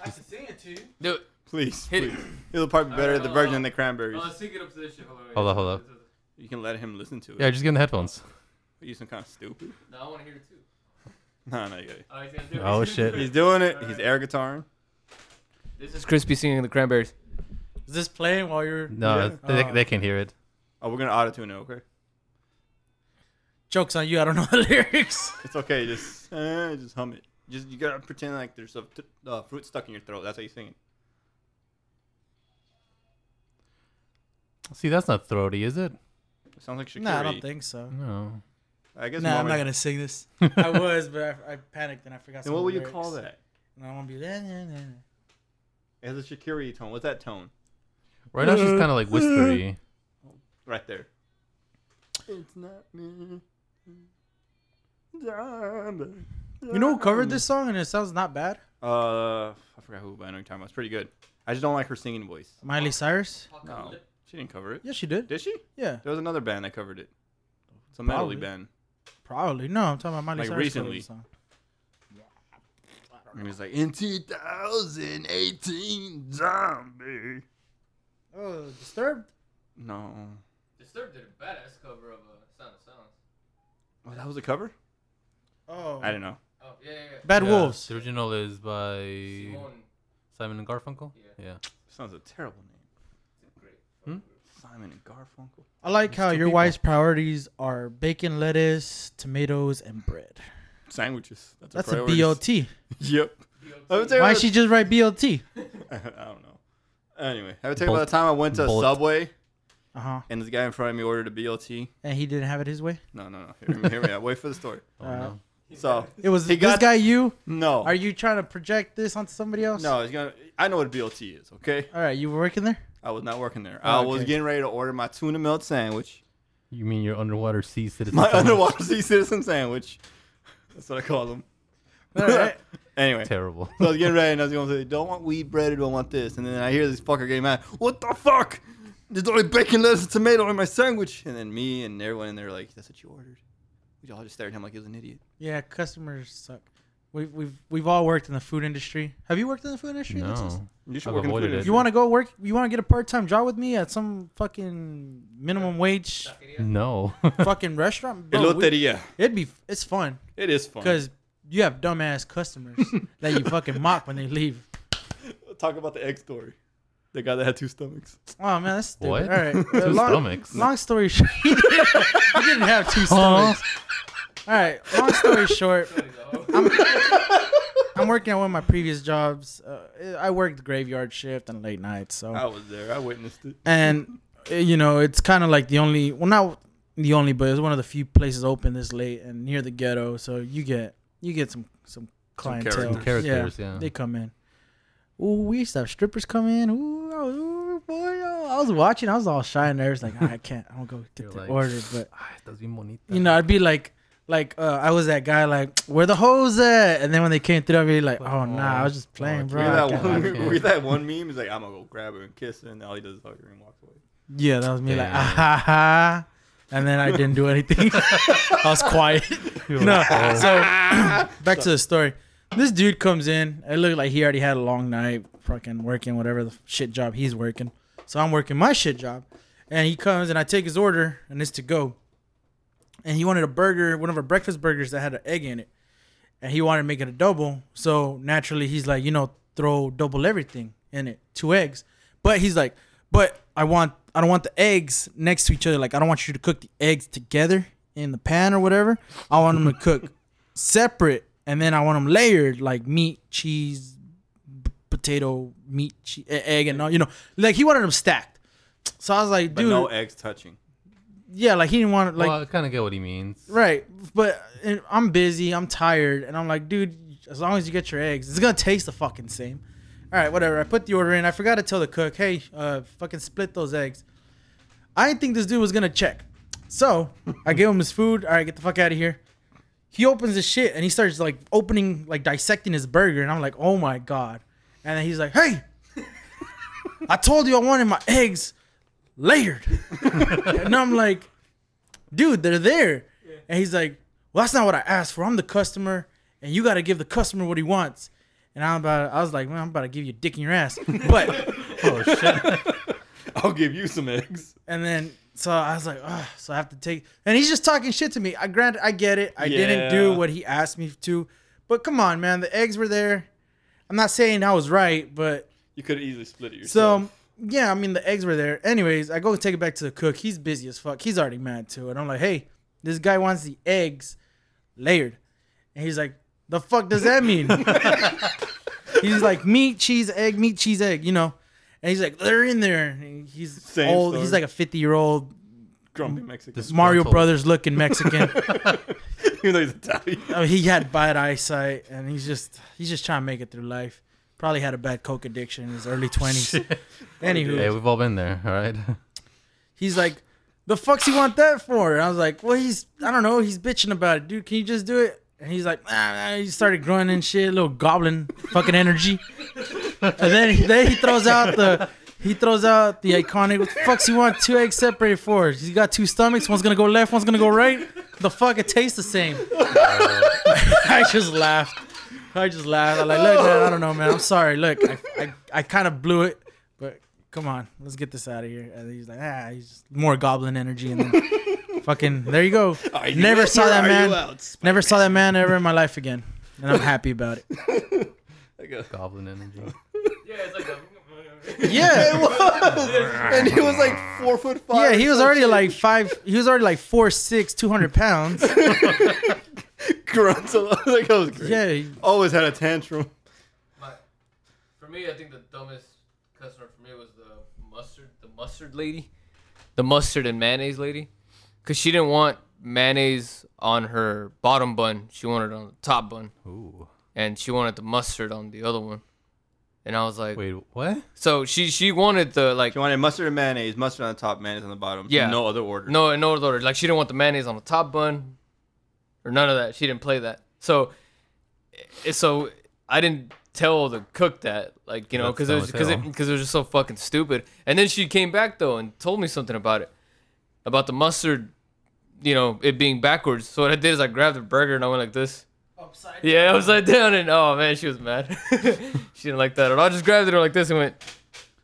I can sing it to you.
Do it.
Please,
Hit it.
please. It'll probably be better
Alright,
at the
I'll-
Virgin
I'll-
than the Cranberries.
sync Oh, it up to this shit. Hold on.
Hold on, hold on.
You can let him listen to it.
Yeah, just give him the headphones.
Are you some kind of stupid?
No, I want to hear it too.
No, no, you got it.
Oh, he's gonna do
Oh shit.
He's doing it. He's air guitaring.
This is Crispy singing the Cranberries.
Is this playing while you're?
No,
Yeah.
they,
Uh.
they can't hear it.
Oh, we're gonna auto tune it, okay?
Jokes on you. I don't know the lyrics.
It's okay. Just, uh, just hum it. Just you gotta pretend like there's a t- uh, fruit stuck in your throat. That's how you sing it.
See, that's not throaty, is it?
it sounds like Shakira.
No, I don't think so.
No.
I guess.
No, I'm
Mama-
not gonna sing this. I was, but I, I panicked and I forgot.
Then
some
what
of
would
the
you call
lyrics.
that?
And I want to be. Nah, nah, nah, nah.
It has a Shakira tone. What's that tone?
Right now she's kind of like whispery.
Right there. It's not me. Zombie.
You know who covered this song and it sounds not bad?
Uh, I forgot who, but I know you're talking about. It's pretty good. I just don't like her singing voice.
Miley Cyrus.
No, she didn't cover it.
Yeah, she did.
Did she?
Yeah,
There was another band that covered it. It's a medley
Probably.
band.
probably. No, I'm talking about Miley
Like
Cyrus. covered
recently.
the song.
And it was like in 2018 zombie.
Oh, disturbed.
No.
Disturbed did a badass cover of uh, Sound of Silence.
Oh, that was a cover?
Oh,
I don't know.
Oh yeah, yeah, yeah.
Bad
Yeah,
Wolves.
The original is by
Simone.
Simon and Garfunkel.
Yeah.
Yeah.
Sounds a terrible name.
Great.
Hmm?
Simon and Garfunkel.
I like how
two
your
people.
wife's priorities are bacon, lettuce, tomatoes, and bread.
Sandwiches. That's,
That's
a,
a
priority.
BLT.
Yep. I would say
Why
about-
she just write BLT?
I don't know. Anyway, I would tell you
Bolt.
about the time I went to
Bolt.
Subway
Uh huh.
and this guy in front of me ordered a BLT.
And he didn't have it his way.
No, no, no. Here, we- here we are. Wait for the story.
Oh,
Uh,
no.
So
It was
He
this
got-
guy. You
no,
are you trying to project this onto somebody else?
no. It's gonna. I know what BLT is. Okay,
All right, you were working there.
I was not working there.
Oh,
I was
okay.
getting ready to order my tuna melt sandwich,
You mean your underwater sea citizen?
my
sandwich?
underwater sea citizen sandwich. That's what I call them.
All right.
Anyway, so
Terrible.
I was getting ready and I was gonna say, "Don't want wheat breaded, don't want this." And then I hear this fucker getting mad. What the fuck? There's only bacon, lettuce, and tomato in my sandwich. And then me and everyone in there were like, "That's what you ordered." We all just stared at him like he was an idiot.
Yeah, customers suck. We've we've we've all worked in the food industry. Have you worked in the food industry? Alexis?
no.
You
I've avoided it.
You want to go work? You want to get a part time job with me at some fucking minimum wage
No.
fucking restaurant? Bro, we-
Eloteria.
it'd be it's fun
It is fun.
because you have dumbass customers that you fucking mock when they leave.
Talk about the egg story. The guy that had two stomachs.
Oh man, that's stupid.
What?
All right,
Two
uh, long,
stomachs.
Long story short, he didn't, he didn't have two stomachs. All right, long story short, I'm, I'm working at one of my previous jobs. Uh, I worked graveyard shift and late nights, so
I was there. I witnessed it.
and uh, you know it's kind of like the only well not the only but it's one of the few places open this late and near the ghetto so you get you get some some clientele
characters.
Characters, yeah.
they come in Ooh, we used to have strippers come in. Ooh, oh, ooh, boy, oh. I was watching. I was all shy and nervous. Like I can't. I don't go
You're
get the
like,
order, but
Ah, estás bien bonita.
you know, I'd be like, like uh, I was that guy. Like where the hoes at? And then when they came through, I'd be like, oh nah, I was just playing,
look
bro.
Look
at
I
at
God,
that
can't-
one.
I can't.
Look at that one meme. He's like, I'm gonna go grab her and kiss her, and all he does is hug her and walks away.
Yeah, that was me like,
Damn.
ah, ha, ha. And then I didn't do anything. I was quiet.
You're
No.
like, oh.
So back to the story. This dude comes in. It looked like he already had a long night fucking working whatever the shit job he's working. So I'm working my shit job. And he comes and I take his order and it's to go. And he wanted a burger, one of our breakfast burgers that had an egg in it. And he wanted to make it a double. So naturally he's like, you know, throw double everything in it. Two eggs. But he's like, but I want I don't want the eggs next to each other. Like I don't want you to cook the eggs together in the pan or whatever. I want them to cook separate and then I want them layered like meat, cheese, b- potato, meat, che- e- egg, and all. You know, like he wanted them stacked. So I was like,
But
dude,
no e-, eggs touching.
yeah, like he didn't want like
well, I kind of get what he means.
Right, but and I'm busy, I'm tired, and I'm like, dude, as long as you get your eggs, it's gonna taste the fucking same. All right, whatever. I put the order in. I forgot to tell the cook, hey, uh, fucking split those eggs. I didn't think this dude was gonna check, so I gave him his food. All right, get the fuck out of here. He opens his shit and he starts like opening, like dissecting his burger, and I'm like, oh my god. And then he's like, hey, I told you I wanted my eggs layered, and I'm like dude, they're there. And he's like, well, that's not what I asked for. I'm the customer, and you got to give the customer what he wants. And I'm about, I was like, man, I'm about to give you a dick in your ass. But,
Oh shit!
I'll give you some eggs.
and then, so I was like, oh, so I have to take, and he's just talking shit to me. I granted, I get it. I didn't do
Yeah.
what he asked me to, but come on, man, the eggs were there. I'm not saying I was right, but
You could have easily split it yourself.
So yeah, I mean the eggs were there. Anyways, I go take it back to the cook. He's busy as fuck. He's already mad too. And I'm like, hey, this guy wants the eggs layered. And he's like, the fuck does that mean? he's like, meat, cheese, egg, meat, cheese, egg, you know. And he's like, they're in there. And he's
Same
old.
story.
He's like a 50 year old
grumpy Mexican.
This-
Mario
Disgruntled.
Brothers looking Mexican.
Even though he's Italian.
I mean, he had bad eyesight, and he's just he's just trying to make it through life. Probably had a bad coke addiction in his early 20s. Anywho,
hey, we've all been there. All right.
He's like, the fuck's he want that for? And I was like, well, he's, I don't know, he's bitching about it, dude. Can you just do it? And he's like, ah, ah," he started grunting and shit, little goblin fucking energy. and then, then he throws out the, he throws out the iconic, what the fuck's he want? Two eggs separated for? He's got two stomachs, one's gonna go left, one's gonna go right. The fuck, it tastes the same. I just laughed. I just laughed. I'm like, look, man, I don't know, man. I'm sorry. Look, I, I, I kind of blew it, but come on, let's get this out of here. And he's like, ah, he's just more goblin energy, and then fucking there you go.
Are you
Never
in
saw
or
that
are you
man.
out?
Never saw that man ever in my life again, and I'm happy about it.
I go,
Goblin energy.
Yeah, it's like
Yeah,
and he was like four foot five.
yeah, he
or
was
some
already
shit.
like five. He was already like four six, two hundred pounds.
grunts a lot. Like, that was great.
Yeah, he-
Always had a tantrum.
my, for me, I think the dumbest customer for me was the mustard, the mustard lady, the mustard and mayonnaise lady, because she didn't want mayonnaise on her bottom bun. She wanted it on the top bun,
Ooh.
and she wanted the mustard on the other one. And I was like,
Wait, what?
so she she wanted the like
She wanted mustard and mayonnaise, mustard on the top, mayonnaise on the bottom.
Yeah.
No other order.
No, in order. Like she didn't want the mayonnaise on the top bun, or none of that. She didn't play that. So, i- so I didn't tell the cook that, like you know,
That's
because it was because it
tell.
because it was just so fucking stupid. And then she came back though and told me something about it, about the mustard, you know, it being backwards. So what I did is I grabbed the burger and I went like this. Upside down. Yeah, upside down, and oh man, she was mad. she didn't like that at all. I just grabbed it like this and went,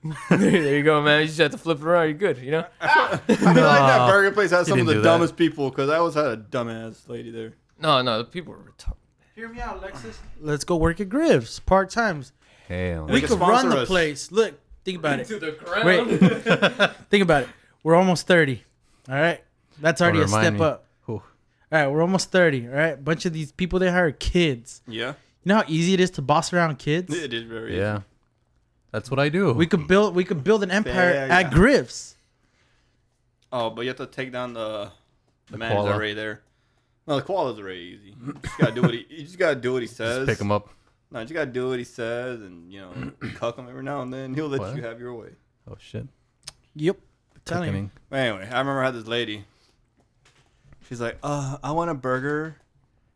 "There you go, man. You just have to flip it around. You're good, you know."
I feel like that burger place has
He
some
didn't
of the
do that.
dumbest people because I always had a dumbass lady there.
No, no, the people were retarded.
hear me out, Alexis. Let's go work at Griff's part times.
Hell.
We
can
could run
sponsor
the
us.
place. Look, think about it.
to the ground.
Wait, think about it. We're almost 30. All right. That's already a
remind
step
me.
up.
Ooh.
All right. We're almost 30. All right. Bunch of these people they hire are kids.
Yeah.
You know how easy it is to boss around kids?
It is very.
Yeah. That's what I do.
We could build we could build an empire
Yeah, yeah,
at
yeah.
Griff's.
Oh, but you have to take down the the man's
koala.
already there. No, the koala's already easy. You just gotta do what he. You just gotta do what he says.
Just pick them up.
No, you just gotta do what he says, and you know, cuck him every now and then. He'll let
What?
you have your way.
Oh shit.
Yep. Telling you.
Cooking.
But anyway, I remember I had this lady. She's like, "Uh, I want a burger,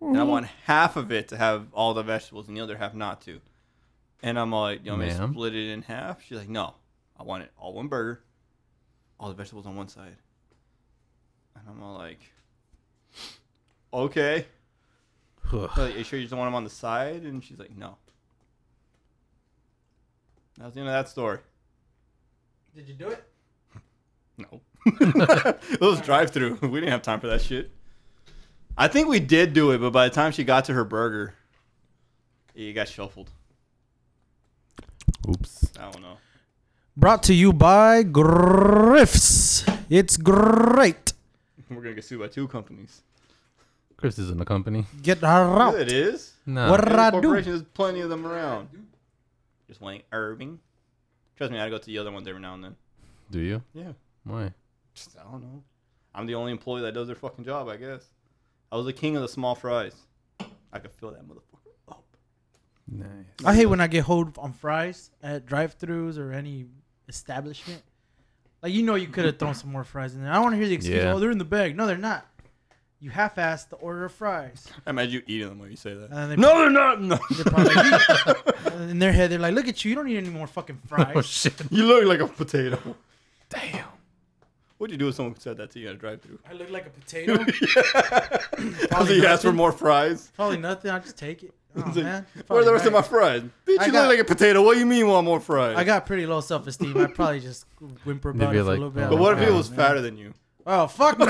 and I
Mm-hmm.
want half of it to have all the vegetables, and the other half not to." And I'm like, "You want me to
Ma'am?
split it in half?" She's like, "No, I want it all one burger, all the vegetables on one side." And I'm all like, "Okay."
Ugh.
I'm like, you sure you just don't want them on the side? And she's like, "No." That was the end of that story.
Did you do it?
No. it was drive through. We didn't have time for that shit. I think we did do it, but by the time she got to her burger, it got shuffled.
Oops.
I don't know.
Brought to you by Griff's. It's great.
We're gonna get sued by two companies.
Chris isn't a company.
Get her
Yeah,
out.
it is.
No.
What
Every
I do?
corporation, there's plenty of them around. Just wanting Irving. Trust me, I go to the other ones every now and then.
Do you?
Yeah.
Why?
Just, I don't know. I'm the only employee that does their fucking job, I guess. I was the king of the small fries. I could fill that motherfucker up.
Nice.
I hate when I get hold on fries at drive-throughs or any establishment. Like you know, you could have thrown some more fries in there. I don't want to hear the excuse.
Yeah.
Oh, they're in the bag. No, they're not. You half-assed the order of fries.
I imagine you eating them when you say that.
And they
no, they're not. No.
They're probably- in their head, they're like, "Look at you! You don't need any more fucking
Oh
fries."
shit.
you look like a potato.
Damn.
What'd you do if someone said that to you at a drive through?
I look like a potato.
Because he asked for
nothing.
more fries.
Probably nothing. I just take it. Oh,
It's
man. You're
like, Where are
probably
the rest of my
right.
fries? Bitch,
I
you
got-
look like a potato. What do you mean want more fries?
I got pretty low self-esteem. I probably just whimper about
Maybe
it for
like-
a little bit.
but what if
Oh,
he was
man.
fatter than you?
Oh fuck no!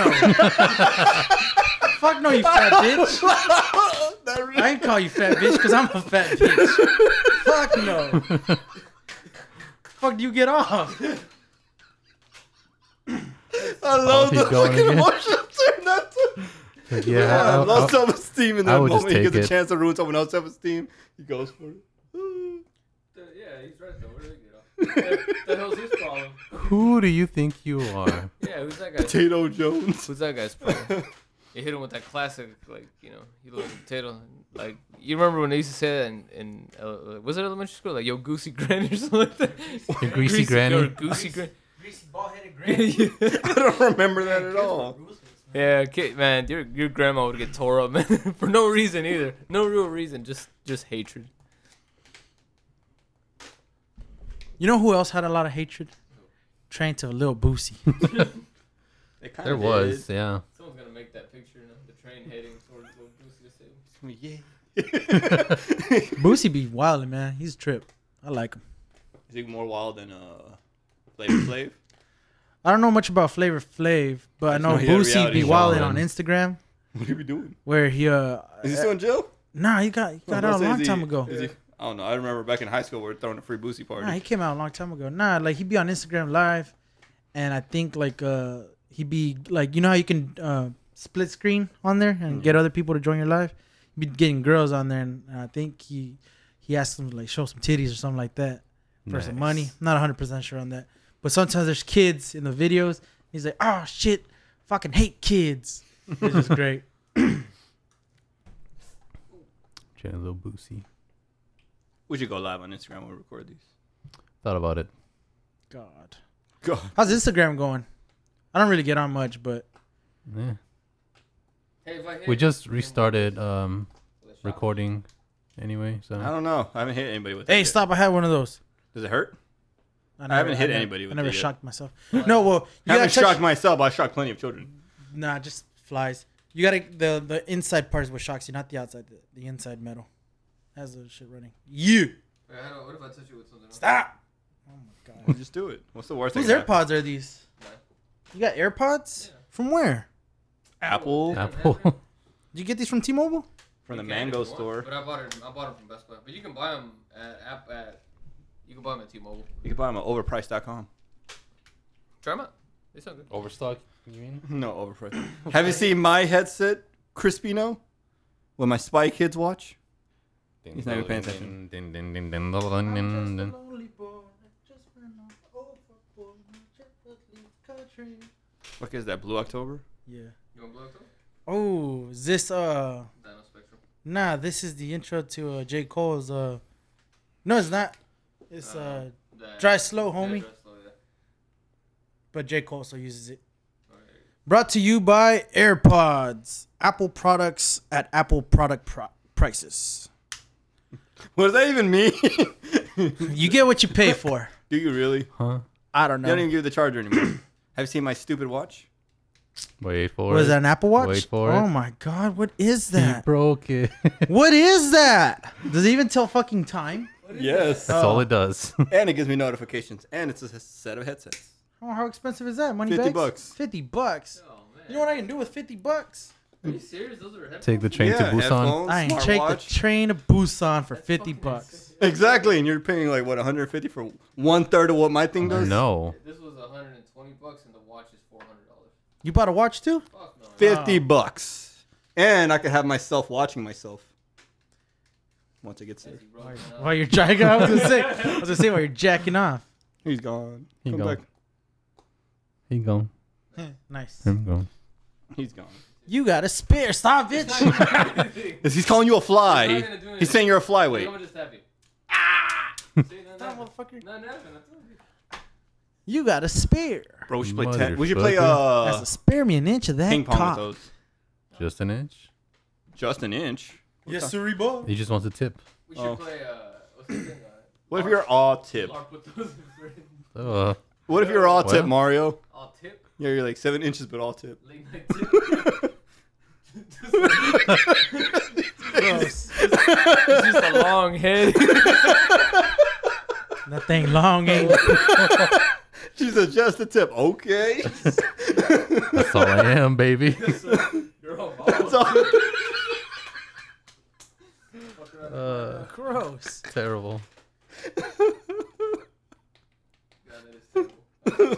fuck no, you fat bitch!
That really-
I ain't call you fat bitch because I'm a fat bitch. fuck no! fuck do you get off?
I love
keep
the
going
fucking
again.
emotion turn that to.
Yeah.
Yeah,
I'll-
low
I'll-
self esteem in
I
that
would just
moment. He
take
gets
it.
a chance to ruin someone else's self esteem. He goes for it.
Yeah, he's right though. Where did he get off? the hell's his problem?
who do you think you are?
Yeah, who's that guy?
Potato Jones.
Who's that guy's problem? you hit him with that classic, like you know, he looked like a potato. Like you remember when they used to say that in, in uh, was it elementary school? Like yo, goosey granny or something like that.
Your greasy
Yo,
granny.
goosey granny.
Greasy ball-headed
I don't remember that at all.
yeah, okay, man, your your grandma would get tore up, man, for no reason either, no real reason, just just hatred.
You know who else had a lot of hatred? Train to Lil Boosie.
There was, yeah.
Someone's gonna make that picture now. The train heading towards little goosey.
Yeah.
Boosie be wildin', man. He's a trip. I like him.
Is he more wild than uh, Flavor Flav?
I don't know much about Flavor Flav, but I
Just
know
know he had a
Boosie
reality
be
show,
wildin'
man.
on Instagram
What are you doing?
where he uh
Is he still in jail?
nah he got he got
I
out
was
a
gonna
long
say, is
time
he-
ago.
is he- I don't know. I remember back in high school we were throwing a free boozy party.
Nah, he came out a long time ago. Nah, like he'd be on Instagram live, and I think like uh he'd be like you know how you can uh split screen on there and get other people to join your live. He'd be getting girls on there, and I think he he asked them to like show some titties or something like that for some
Nice.
money. I'm not 100 percent sure on that, but sometimes there's kids in the videos. He's like, oh shit, fucking hate kids. It's just great.
Jenna Lil Boosie.
We should go live on Instagram when we record these.
Thought about it.
God,
God.
how's Instagram going? I don't really get on much, but
Yeah.
Hey, if I hit
We just restarted um recording anyway, so
I don't know. I haven't hit anybody with that.
hey,
yet.
stop! I had one of those.
Does it hurt?
never-
haven't hit
never-
anybody
I
with
never
it yet.
shocked myself. No, well, you
I haven't
gotta touch,
shocked myself. I shocked plenty of children.
Nah, just flies. You gotta the the inside part is what shocks you, not the outside. The, the inside metal has the shit running. You
Wait, how do- what if I touch you with something? else?
stop. Oh my god.
Well, just do it. What's the worst
Whose
thing? that-
AirPods are these? You got AirPods from where?
Apple
Apple.
Did you get these from T-Mobile?
from the
You can if
Mango
you want,
store.
But I bought it. I bought it from Best Buy. But you can buy them at app at. You can buy them at T-Mobile.
You can buy them at overpriced.com.
Try them out. They sound good.
Overstock, you mean?
No, overpriced. Have you seen my headset, Crispino? With my Spy Kids watch? He's not even paying attention. What is that, Blue October?
Yeah.
You want blue October?
Oh, is this uh?
Dino Spectrum.
Nah, this is the intro to uh, J Cole's uh. No, it's not. It's uh,
Uh, That-
dry slow,
yeah,
homie.
dry slow, yeah.
but J. Cole also uses it.
Alright, there you
Brought to you by AirPods, Apple products at Apple product pro- prices.
What does that even mean?
You get what you pay for.
do you really?
Huh?
I don't
You don't
know.
even give the charger anymore. Have you seen my stupid watch?
Wait for
Was
it.
that an Apple Watch?
Wait for
oh
it.
my God, what is
He
that?
broke it.
What is that? Does it even tell fucking time?
Yes.
That's all it does.
And it gives me notifications. And it's a s- set of headsets.
Oh, how expensive is that? Money
50
bags?
bucks.
Fifty bucks.
go. Oh man.
You know what I can do with fifty bucks?
Are you serious? Those are headphones.
Take the train to Busan.
headphones,
I can take the
smartwatch.
train to Busan for fifty bucks.
Exactly, and you're paying like what 150 for one third of what my thing does.
No.
This was 120 bucks and the watch is 400 dollars.
You bought a watch too?
Fuck no.
fifty bucks, and I could have myself watching myself once it gets there.
While you're jacking off, I was gonna say, I was gonna say while you're jacking off.
He's gone.
He
Come
gone.
back.
He gone.
nice.
Him gone.
He's gone.
You got a spear. Stop, bitch.
Is he's calling you a
He's
fly?
not gonna do
He's saying you're a
Wait. I'm
flyweight.
just happy.
Stop, motherfucker.
No,
You got a spear.
Bro, we should play ten. We should
Motherfucker.
play
That's
uh
a spear me an inch of that
ping pong with
cock.
those.
Just an inch.
Just an inch.
Yes, sir, boy.
He just wants a tip.
We should
Oh.
play. Uh, what's the thing?
What if you're all tip?
Uh, I'll put those in for it.
Uh,
What if you're all
What?
tip, Mario?
I'll tip.
Yeah, you're like seven inches, but all tip.
Late night tip.
Gross.
it's just a long head.
that thing long ain't.
She's a just a tip. Okay.
that's all I am, baby.
so you're all balls.
So-
Fuck around.
Uh,
Gross.
terrible.
God, that is terrible.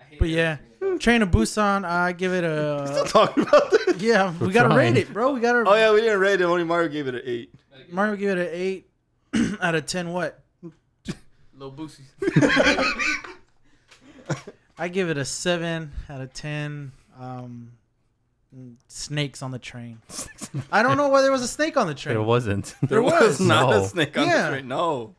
I hate
But yeah.
everything
Train to Busan, I give it
Still
a.
talking about this.
Yeah, we
We're
gotta
trying.
rate it, bro. We gotta.
Oh yeah, we didn't rate it. Only Mario gave it an eight.
about it.
Mario give it an eight out of ten. What?
Little Boosie.
I give it a seven out of ten. Um, snakes on the train. I don't know why there was a snake on the train.
There wasn't.
There was not
No.
a snake on
Yeah.
this right. No.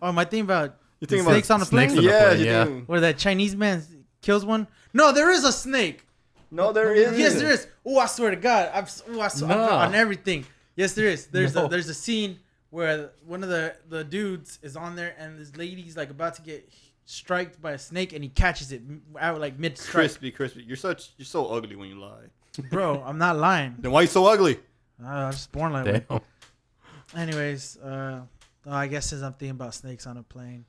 Oh, my thing about
You
the
think about
snakes on the
snakes on
plane?
the
yeah,
plane,
you
yeah.
do.
Where that Chinese man kills one? No, there is a snake.
No, there is.
Yes, there is. Oh, I swear to God, I've oh, I swear,
No.
on everything. Yes, there is. There's
No.
a, there's a scene where one of the the dudes is on there and this lady's like about to get striked by a snake and he catches it m- out like mid strike.
Crispy, crispy. You're such. You're so ugly when you lie.
Bro, I'm not lying.
Then why you so ugly?
Uh, I was born like
Damn.
that. Anyways, uh, oh, I guess since I'm thinking about snakes on a plane,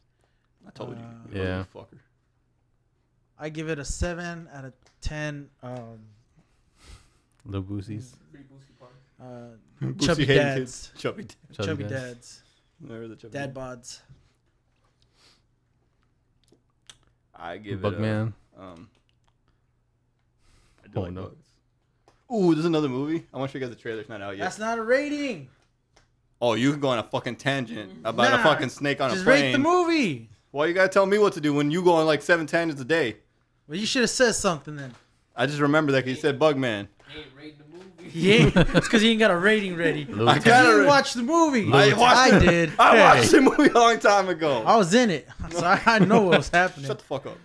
I told
Uh,
you. you
Yeah.
ugly Fucker.
I give it a seven out of ten. Um,
Little boosies.
Free Boosie Park.
uh,
Boosie
Chubby
hating
dads.
kids. Chubby dad.
Chubby
chubby
dads.
dads,
Where the chubby
dad bods.
I give it. a-
Bugman.
Um, I do
Oh,
like
no.
bugs. Ooh, there's another movie. I want to show you guys the trailer. It's not out yet.
That's not a rating.
oh, you can go on a fucking tangent about
Nah,
a fucking snake on a
Just
plane.
rate the movie.
Why you gotta tell me what to do when you go on like seven tangents a day?
Well, you should have said something then.
I just remember that 'cause you said Bugman.
He ain't raiding the movie.
He ain't. it's because he ain't got a rating ready.
Little
I
tip.
got
you
it.
didn't watch the movie.
I watched
I
it.
did.
I
Hey,
watched the movie a long time ago.
I was in it, so I, I know what was happening.
Shut the fuck up.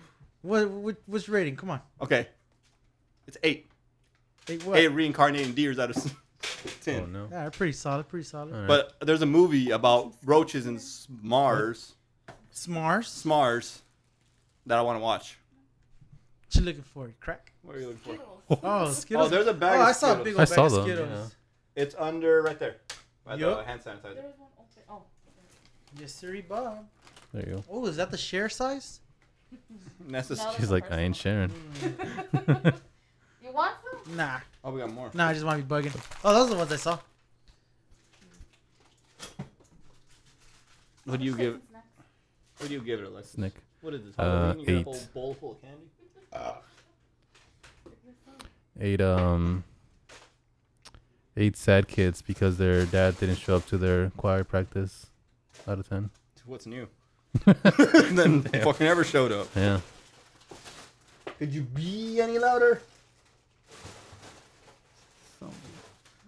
what, what? What's rating? Come on.
Okay, it's eight.
Hey, what?
Eight reincarnating deers out of s- ten.
Oh no.
Yeah, pretty solid. Pretty solid.
All right.
But there's a movie about roaches and smars,
Smars.
smars, that I want to watch.
What you looking for? Crack.
What are you looking for?
Oh, Skittles.
Oh, there's a bag
Oh,
of
I saw a
Skittles.
big
I
old bag
saw
of
them,
Skittles.
It's under right there. By the
Yup.
hand sanitizer.
There is one open. Oh,
Yes, sir, Bob.
There you go.
Oh, is that the share size?
That's just,
No.
She's like, I ain't sharing.
Oh. you want some?
Nah,
oh, we got more.
nah, I just might be bugging. Oh, those are the ones I saw.
What do you give?
It's not-
What do you give it, Alexis?
Nick.
What is this?
Uh,
Halloween? you got a
eight.
whole bowl full of candy?
Eight um. Eight sad kids because their dad didn't show up to their choir practice. Out of ten.
What's new? then fucking never showed up.
Yeah.
Could you be any louder?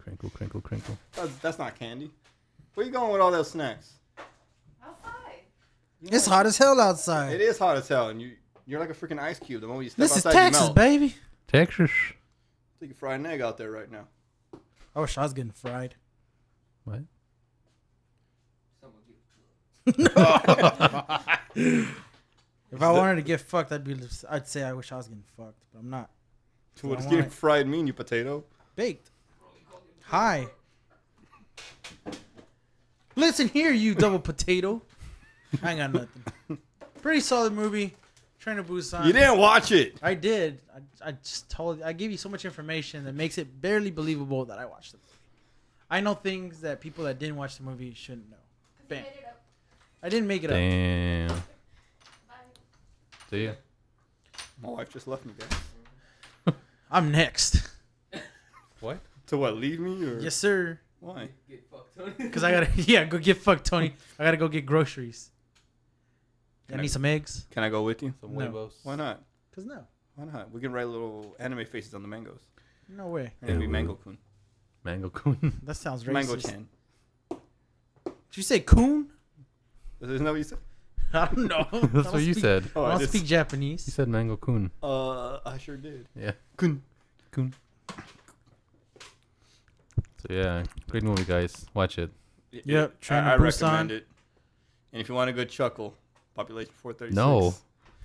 Crinkle, crinkle, crinkle.
That's, that's not candy. Where you going with all those snacks?
Outside.
It's hot as hell
It
outside.
is hot as hell, and you you're like a freaking ice cube. The moment you step
This is
outside,
Texas,
you melt.
baby.
Texas.
Take a fried egg out there right now.
I wish I was getting fried.
What?
Someone get-
If I wanted to get fucked, I'd be. I'd say I wish I was getting fucked, but I'm not.
What does
I
getting
want it.
fried mean, you potato?
Baked. Hi. Listen here, you double potato. I ain't got nothing. Pretty solid movie. Train to Busan.
You didn't watch it.
I did. I, I just told. I gave you so much information that makes it barely believable that I watched the movie. I know things that people that didn't watch the movie shouldn't know. Bam.
Made it up.
I didn't make it up.
Damn.
Bye.
See ya.
My wife just left me, guys.
I'm next.
What?
To what? Leave me or
Yes, sir.
why?
Get fucked, Tony.
Because I gotta, yeah, go get fucked, Tony. I gotta go get groceries. I need some eggs.
Can I go with you?
Some
No.
huevos.
Why not?
Cause no,
Why not? We can write little anime faces on the mangoes.
no way.
And it'll be
Ew.
mango coon,
Mango coon.
That sounds racist.
mango chan.
Did you say coon?
Isn't that what you said?
I don't know. I
That's
don't
what you
speak-
said.
Oh,
I
I
don't
just-
speak
You
Japanese.
said mango coon.
Uh, I sure did.
Yeah.
Coon.
Coon. So yeah, great movie, guys. Watch it.
Yep, Train to
I, I
Busan.
recommend it. And if you want a good chuckle, population 436.
No,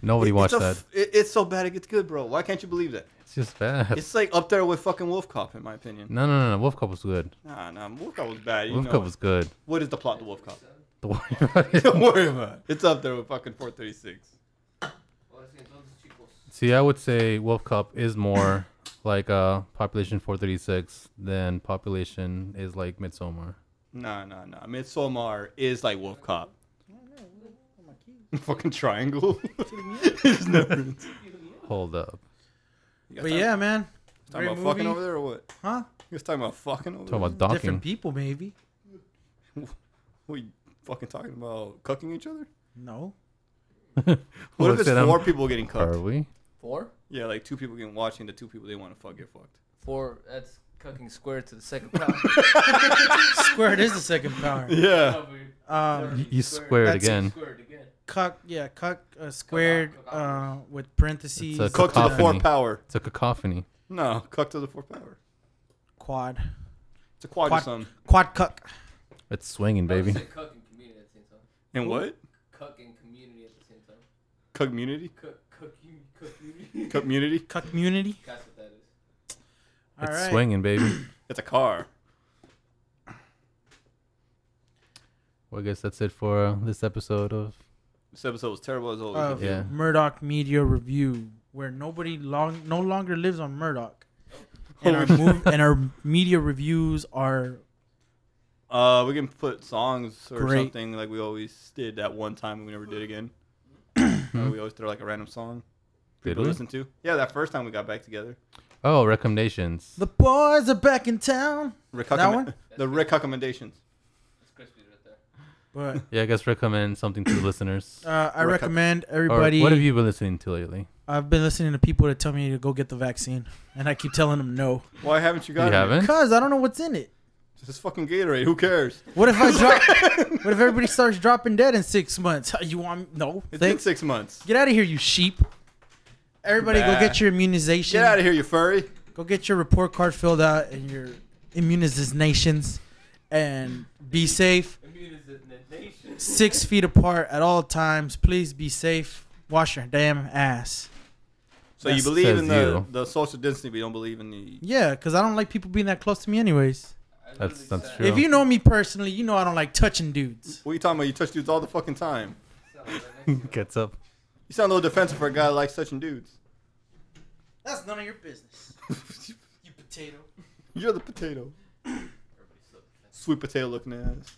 nobody
It-
watched
it's a
that.
f- it- it's so bad it gets good, bro. Why can't you believe that?
it's just bad.
It's like up there with fucking Wolf Cop, in my opinion.
no, no, no, no. Wolf Cop was good.
Nah, nah, Wolf Cop was bad. You
Wolf
know
Cop
it.
was good.
What is the plot to Wolf Cop?
Don't worry about it.
Don't worry about it. It's up there with fucking 436.
See, I would say Wolf Cop is more like uh, Population 436 than Population is like Midsommar.
Nah, nah, nah. Midsommar is like Wolf Cop. fucking triangle. it's never.
Hold up.
But yeah, man.
Talking
Great
about fucking
movie.
over there or what?
Huh?
You guys talking about fucking over
Talking
there?
about docking.
Different people, maybe.
We fucking talking about cucking each other?
No.
What
Well,
if
I
it's
said I'm-
four people getting cucked?
Are we?
Four?
Yeah, like two people getting watching the two people they want to fuck get fucked.
Four. That's cucking square to the second power.
Squared is the second power.
Yeah.
Um,
You, you square it
That's-
again.
cuck, yeah, cuck uh, squared uh, with parentheses.
It's a
Cuck to the four
Cacophony.
power.
It's a cacophony.
No, cuck to the four power.
quad.
It's a quad,
Quad-
sum.
Quad cuck.
It's swinging, baby.
Cucking community at the same time.
And what?
Cucking community at the same time.
Community?
Cuck, cucking, community.
Community?
Cuck community.
That's what that is.
All right.
it's swinging, baby.
It's a car.
Well, I guess that's it for uh, this episode of.
This episode was terrible as always.
Of
Yeah.
Murdoch Media Review, where nobody long no longer lives on Murdoch. And our,
Holy
mov- and our media reviews are
Uh, we can put songs or
Great.
something like we always did that one time and we never did again. Uh, we always throw like a random song.
Did
People
we?
listen to. Yeah, that first time we got back together.
Oh, recommendations.
the boys are back in town,
Rick
That one?
The Rick recommendations.
It's crispy right there.
but
yeah, I guess recommend something to the listeners.
uh, I
Recom-
recommend
Or
everybody.
what have you been listening to lately?
I've been listening to people that tell me to go get the vaccine, and I keep telling them no
Why haven't you
You
got it?
haven't?
because I don't know what's in it.
This is fucking Gatorade. Who cares?
What if I drop? what if everybody starts dropping dead in six months? You want no?
It's been
Thanks.
six months.
Get out of here, you sheep! Everybody,
Nah.
go get your immunization.
Get out of here, you furry.
Go get your report card filled out and your immunizations, and be safe. Six feet apart at all times. Please be safe. Wash your damn ass.
So you
That's-
believe in the,
Says you.
the social distancing, but you don't believe in the.
Yeah, because I don't like people being that close to me, anyways.
That's that's true.
If you know me personally, you know I don't like touching dudes.
What are you talking about? You touch dudes all the fucking time.
gets up,
You sound a little defensive for a guy that likes touching dudes.
That's none of your business. you potato.
You're the potato. Sweet potato looking ass.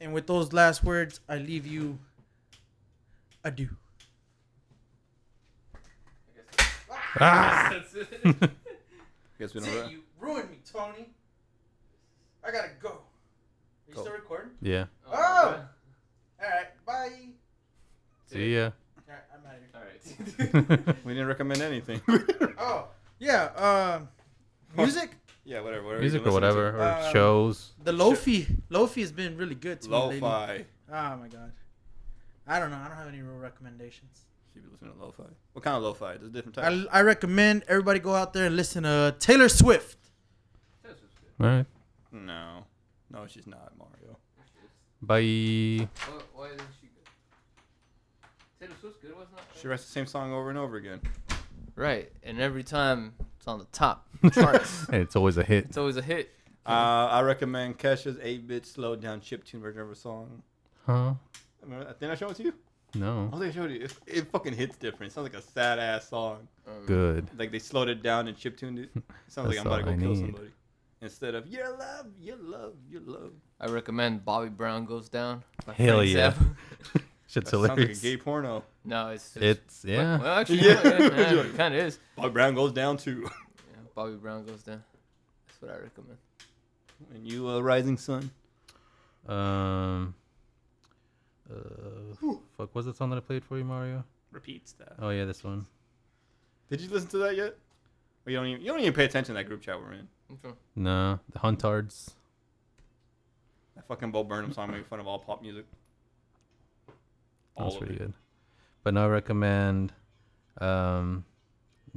And with those last words, I leave you. Adieu.
Oh,
Guess we don't.
you ruined me, Tony. I gotta go. Are you
Go. still
recording?
yeah.
Oh! Alright, bye. Alright,
See ya.
I'm out of here.
We didn't recommend anything.
Oh, yeah, um, music?
yeah, whatever. whatever you've
Music
been
or whatever,
listening
or
Um,
shows.
The Lofi. Lofi has been really good to
to.
me lately. Oh
Lo-fi.
my god. I don't know. I don't have any real recommendations.
Should be listening to lo-fi. What kind of lo-fi? There's different types.
I, I recommend everybody go out there and listen to Taylor Swift.
All right.
no, no, she's not Mario.
Why,
Bye.
why isn't she good? Taylor Swift's good, wasn't it?
She writes the same song over and over again.
Right, and every time it's on the top charts.
Hey, it's always a hit.
it's always a hit.
Uh, I recommend Kesha's 8-bit slowed down chiptune version of a song.
Huh?
I remember, didn't I show it to you? I
No.
don't think I showed you. It, it fucking hits different. It sounds like a sad ass song.
Um,
Good.
Like they slowed it down and chiptuned it. it sounds like
That's
I'm about to
all
go
I
kill
need.
somebody. Instead of your love, your love, your love.
I recommend Bobby Brown Goes Down. by
Hell
Frank
yeah.
Zappa.
Shit's
That sounds like a
hilarious.
gay porno.
no, it's, it's
It's yeah.
Well, actually,
Yeah.
yeah, yeah, it kind of is.
Bog Brown goes down too.
Bobby Brown goes down. That's what I recommend.
And you, uh, Rising Sun.
Um. Uh, fuck, what's the song that I played for you, Mario?
Repeats that.
Oh yeah, this one.
Did you listen to that yet? Or you don't even you don't even pay attention to that group chat we're in.
Okay.
Nah, the Huntards.
That fucking Bo Burnham song made fun of all pop music. All
That's
of
pretty
it.
good. But now I recommend um,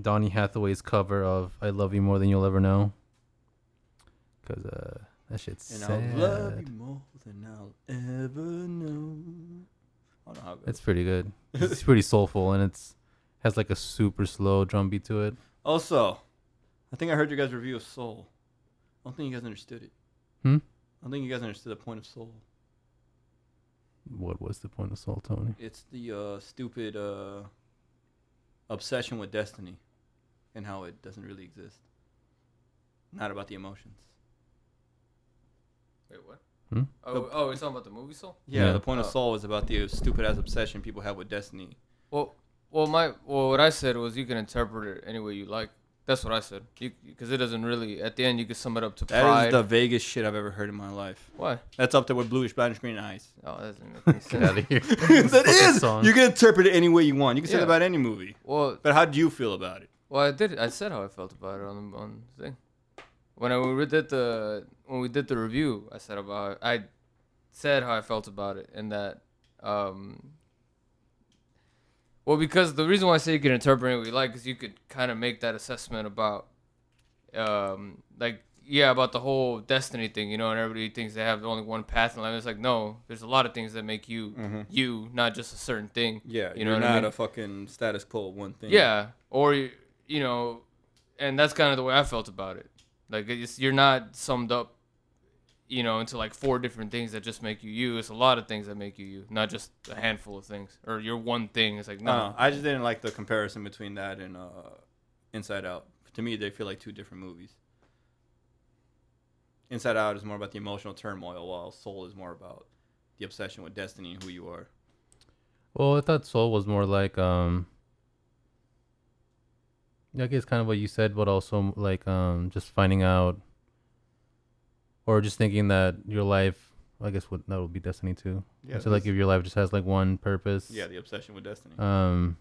Donny Hathaway's cover of "I Love You More Than You'll Ever Know" because uh, that shit's
And
sad.
I'll love you more than I'll ever know. I don't know how it goes.
It's pretty good. It's pretty soulful, and it's has like a super slow drum beat to it.
Also, I think I heard you guys review of Soul. I don't think you guys understood it.
Hmm?
I don't think you guys understood the point of Soul.
What was the point of Soul, Tony?
It's the uh, stupid uh, obsession with destiny and how it doesn't really exist. Not about the emotions.
Wait, what?
Hmm?
Oh, oh, it's talking about the movie soul.
Yeah,
Yeah.
the point of
Oh.
Soul is about the stupid ass obsession people have with destiny.
Well, well, my well, what I said was you can interpret it any way you like. That's what I said. Because it doesn't really. At the end, you can sum it up to
That is
pride.
the vaguest shit I've ever heard in my life.
Why?
That's up there with bluish, blottish, green, and ice.
Oh, that doesn't make any
Get
sense.
out of here.
that is.
song.
You can interpret it any way you want. You can say
Yeah.
that about any movie.
well,
But how do you feel about it?
well, I did. I said how I felt about it on the on the thing. When I when we did the when we did the review, I said about I said how I felt about it, and that um. Well, because the reason why I say you can interpret it what you like is you could kind of make that assessment about, um, like yeah, about the whole destiny thing, you know, and everybody thinks they have only one path in life. It's like no, there's a lot of things that make you you, not just a certain thing.
Mm-hmm. Yeah,
you know
you're
what
not
I mean?
a fucking status quo of one thing.
Yeah, or y- you know, and that's kind of the way I felt about it. Like it's, you're not summed up, you know, into like four different things that just make you you. It's a lot of things that make you you, not just a handful of things or your one thing. It's like no,
No, I just didn't like the comparison between that and uh, Inside Out. To me, they feel like two different movies. Inside Out is more about the emotional turmoil, while Soul is more about the obsession with destiny and who you are.
Well, I thought soul was more like um. yeah, I guess kind of what you said, but also like um, just finding out, or just thinking that your life, I guess, would that would be destiny too.
Yeah,
so like if your life just has like one purpose.
Yeah, the obsession with destiny. 'Cause
Um.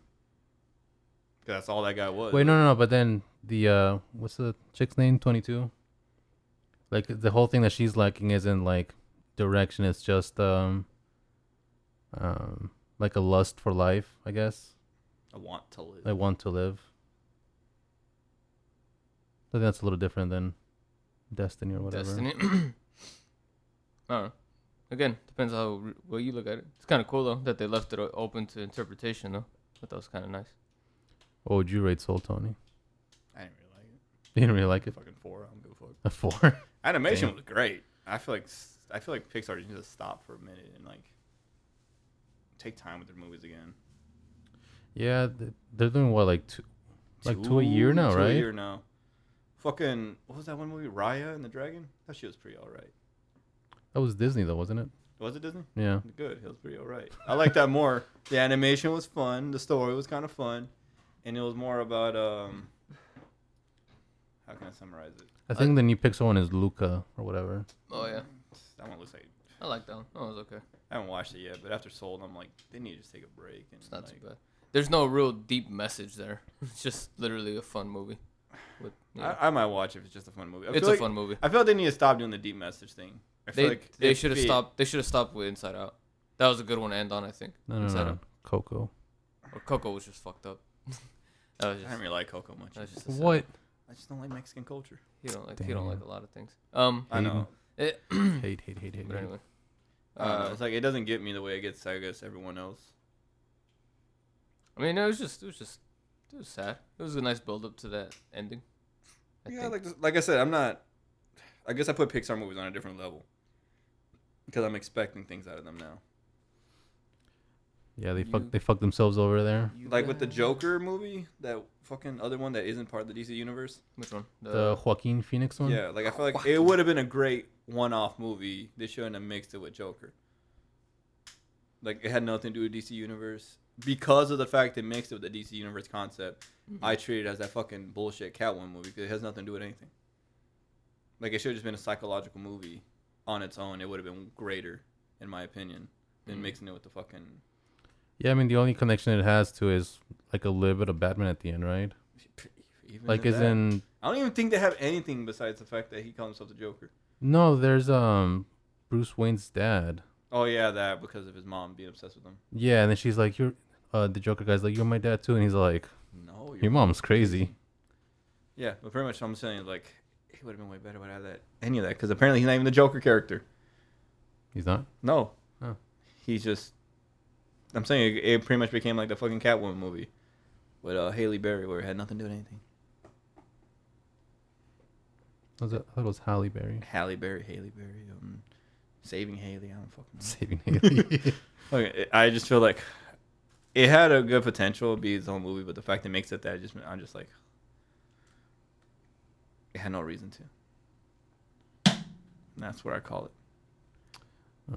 that's all that guy was.
Wait, no, no, no. But then the uh, what's the chick's name? Twenty two. Like the whole thing that she's lacking isn't like direction. It's just um. Um, like a lust for life, I guess.
I want to live.
I want to live. I think that's a little different than destiny or whatever.
destiny. I don't know. Again, depends on how re- well you look at it. It's kind of cool though that they left it o- open to interpretation though. But that was kind of nice.
What would you rate Soul Tony?
I didn't really like it.
You didn't really like it.
Fucking four. I don't give a fuck.
A four.
Animation
Damn.
was great. I feel like s- I feel like Pixar just needs to stop for a minute and like take time with their movies again.
yeah, th- they're doing what like two, like two a year now,
two
right?
A year now. Fucking what was that one movie? Raya and the Dragon. That shit was pretty alright.
That was Disney though, wasn't it?
Was it Disney?
Yeah.
Good. It was pretty alright. I like that more. The animation was fun. The story was kind of fun, and it was more about um. How can I summarize it?
I think the new Pixar one is Luca or whatever.
Oh yeah,
That one looks like
I like that one. That was okay.
I haven't watched it yet, but after Soul, I'm like they need to just take a break. And
It's not
like,
too bad. There's no real deep message there. It's just literally a fun movie. With, you know,
I, I might watch if it's just a fun movie. I
it's a
feel like-
fun movie.
I feel like they need to stop doing the deep message thing. I feel
They
like
they
it
should have
fit-
stopped. They should have stopped with Inside Out. That was a good one to end on, I think.
No, no,
Inside
no.
Out.
Coco.
Or Coco was just fucked up. that was
I
just.
don't really like Coco much.
that was just a sad-
What?
I just don't like Mexican culture.
You don't like. You don't like a
Damn.
lot of things. Um.
I know.
it-
Hate, hate, hate, hate.
but
hate.
anyway.
I don't know.
Uh,
It's like it doesn't get me the way it gets. I guess everyone else.
I mean, it was just. It was just. It was sad. It was a nice build up to that ending. I
yeah,
think.
like like I said, I'm not. I guess I put Pixar movies on a different level because I'm expecting things out of them now.
Yeah, they
You-
fuck, they fuck themselves over there.
You
Like with the
got-
Joker movie, that fucking other one that isn't part of the DC universe.
Which one?
The Joaquin Phoenix one.
Yeah, like I feel like it would have been a great one-off movie. They shouldn't have mixed it with Joker. Like it had nothing to do with DC universe. because of the fact they mixed it with the DC Universe concept,
Mm-hmm.
I treat it as that fucking bullshit Catwoman movie because it has nothing to do with anything. Like it should have just been a psychological movie on its own. It would have been greater, in my opinion,
Mm-hmm.
than mixing it with the fucking.
Yeah, I mean the only connection it has to is like a little bit of Batman at the end, right?
Even
Like
in
is
that.
in
I don't even think they have anything besides the fact that he calls himself the Joker.
no, there's um Bruce Wayne's dad.
Oh yeah, that because of his mom being obsessed with him.
Yeah, and then she's like, "You're," uh, the Joker guy's like, "You're my dad too," and he's like,
No,
"Your mom's crazy."
Yeah, but pretty much what I'm saying is like he would have been way better without that any of that because apparently he's not even the Joker character.
He's not.
No,
Oh.
he's just. I'm saying it, it pretty much became like the fucking Catwoman movie with uh, Haley Berry where it had nothing to do with anything.
Was it, I thought it was Halle Berry
Halle Berry, Haley Berry, um, saving Haley. I don't fucking. know.
saving Haley.
Okay, I just feel like it had a good potential to be its own movie, but the fact it makes it that it just I'm just like it had no reason to. And that's what I call it.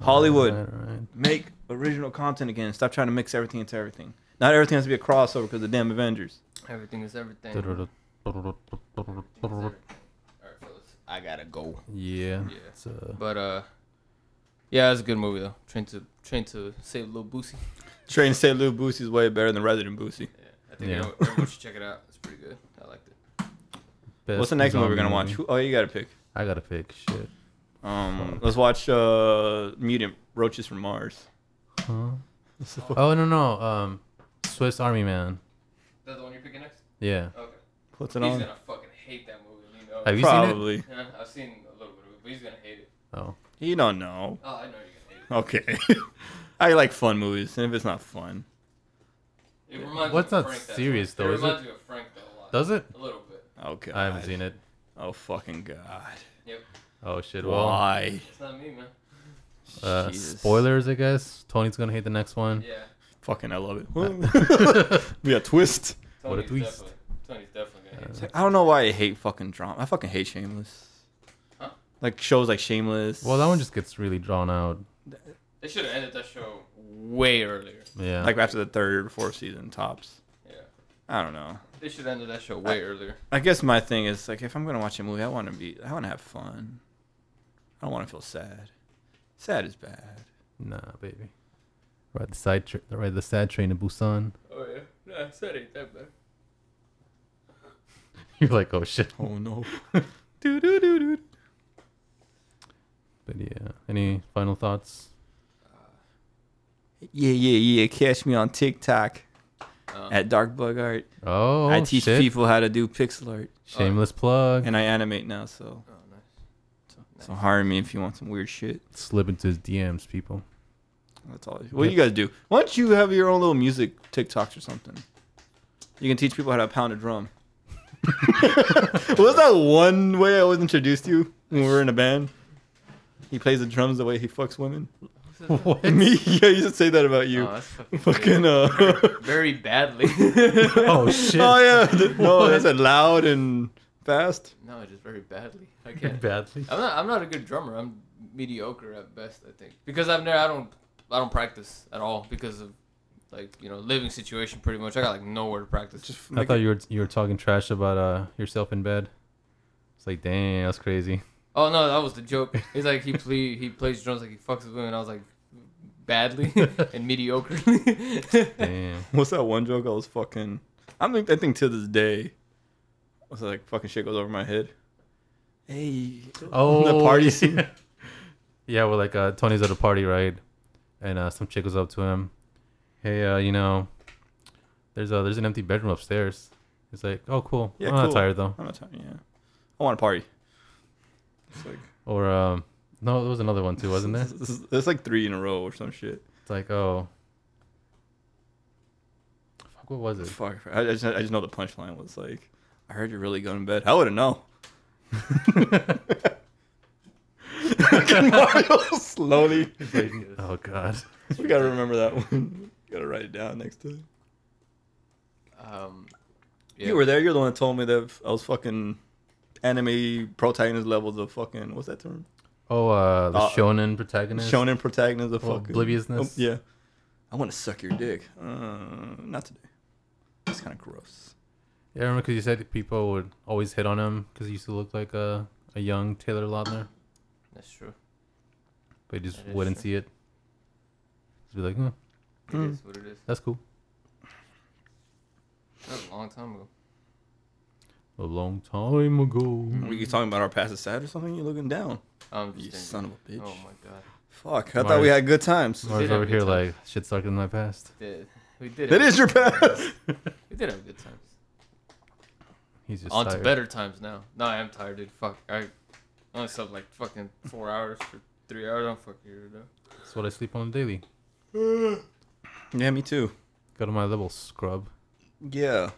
Hollywood.
Alright, alright.
Make original content again. Stop trying to mix everything into everything. Not everything has to be a crossover because of damn Avengers.
Everything is everything. I gotta go.
Yeah.
Yeah.
It's, uh,
But uh, yeah, it's a good movie though. Train to Train to Save Little Boosie.
Train to say Lou Boosie's way better than Resident Boosie.
Yeah, I think
Yeah.
everyone- everyone should check it out. It's pretty good. I liked it.
best
What's the next one we're
zombie
gonna watch?
movie.
Who- Oh, you gotta pick.
I gotta pick shit.
Um, let's watch uh, Mutant Roaches from Mars.
Huh? Oh no no. Um, Swiss Army Man.
That's the one you're picking next. Oh,
Yeah.
Okay.
What's it
he's
on?
gonna fucking hate that movie. You know.
Have you seen
Probably.
Yeah, I've seen a little bit of it, but he's gonna hate it.
it? Oh.
You don't know.
Oh, I know you're gonna hate
Okay. I like fun movies, and if it's not fun,
it. It reminds
What's
me of
not
Frank. that
serious,
much.
though,
It
is it?
reminds me of Frank though a lot.
Does it?
a little bit.
oh god,
I haven't seen it.
Oh fucking god,
Oh shit. Well,
why?
It's not me, man.
uh,
Jesus.
spoilers, I guess. Tony's gonna hate the next one.
Yeah.
Fucking, I love
Uh,
it. we got twist.
What a
Tony's
twist. Uh.
definitely- Tony's definitely gonna hate
It's like, I don't know why I hate fucking drama. I fucking hate Shameless.
Huh?
Like shows like Shameless.
Well, that one just gets really drawn out.
it. They should have ended that show way earlier.
Yeah.
like after the third or fourth season tops.
Yeah.
I don't know.
They should have ended that show way earlier.
I guess my thing is like if I'm gonna watch a movie, I want to be, I want to have fun. I don't want to feel sad. Sad is bad.
nah, baby. Ride the side. Tra- ride the sad train to Busan.
Oh yeah. No, I said ain't that bad.
You're like, oh shit.
Oh no.
But yeah. Any final thoughts?
Yeah, yeah, yeah. Catch me on TikTok
Um,
at Dark Bug Art.
Oh
I teach
shit.
people how to do pixel art,
Shameless plug.
and I animate now. So,
oh nice.
so hire me if you want some weird shit.
Slip into his DMs, people.
That's all. I, what do you guys do? Why don't you have your own little music TikToks or something? You can teach people how to pound a drum. was that one way I was introduced to you when we were in a band? He plays the drums the way he fucks women.
What?
Me? Yeah, you should say that about you.
Oh, that's fucking
Fucking uh.
very badly.
Oh shit.
Oh yeah, th- no,
What?
that's a loud and fast.
no, just very badly. I can't.
Badly.
Oh,
I'm not. I'm not a good drummer. I'm mediocre at best. I think because I've never. I don't. I don't practice at all because of like you know living situation. Pretty much, I got like nowhere to practice.
I thought you were you were talking trash about uh yourself in bed. It's like, damn, that's crazy.
oh no, that was the joke. He's like he play, he plays drums like he fucks with women. I was like badly and mediocrely.
Damn.
What's that one joke I was fucking? I think I think to this day, I was like fucking shit goes over my head. Hey,
Oh,
the party scene.
Yeah, yeah well, like uh, Tony's at a party, right? And uh, some chick was up to him. Hey, uh, you know, there's a there's an empty bedroom upstairs. It's like, oh, cool.
Yeah,
I'm
cool.
not tired though.
I'm not tired. Yeah, I want to party. It's like
Or um, no, there was another one too, wasn't there?
This is- It's like three in a row or some shit.
It's like, oh, fuck, what was it?
Fuck. I I just I just know the punchline was like, I heard you're really going to bed. I would have known. Fucking Mario slowly.
Oh God.
You gotta remember that one. You gotta write it down next time.
um,
You were there. You're the one that told me that I was fucking anime protagonist levels of fucking what's that term?
Oh, uh, the
Uh,
shonen protagonist.
Shonen protagonist of
Well,
fucking
obliviousness.
Um, yeah, I want to suck your dick. Uh, not today. It's kind of gross.
Yeah, I remember because you said people would always hit on him because he used to look like a, a young Taylor Lautner,
That's true.
but you just
That is
wouldn't
true.
see it. Just be like, "Hmm,
It is what it is.
that's cool.
That was a long time ago.
A long time ago.
Mm-hmm.
What are you talking about? Our past is sad or something? You're looking down.
I'm just
You
thinking.
son of a bitch.
Oh my god.
Fuck. I thought we
Mars.
had good times.
Mars.
Mars
did have
over
good
here,
times.
like, shit stuck in my past.
Did- We did.
That
have-
is your past.
We did have good times.
He's just
On to
tired.
Oh, better times now. No, I am tired, dude. Fuck. I only slept like fucking four hours or three hours. I'm fucking here, though.
That's what I sleep on daily.
yeah, me too.
Go to my level, scrub.
Yeah.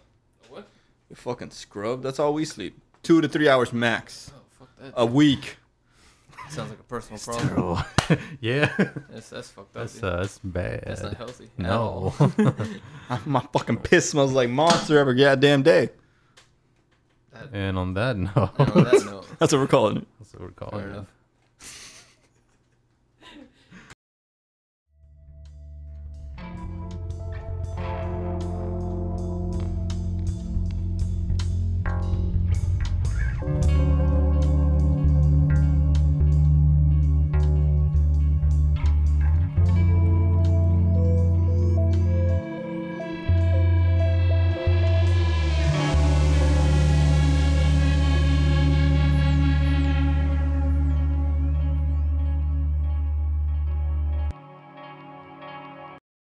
What?
You fucking scrub. That's all we sleep. Two to three hours max
Oh, fuck that.
a week.
Sounds like a personal problem.
yeah,
That's, that's fucked up.
that's
dude.
uh, that's bad.
that's not healthy. at all.
no,
My fucking piss smells like monster every goddamn day.
and on that note,
And on that note,
That's what we're calling it.
that's what we're calling
fair
it.
enough.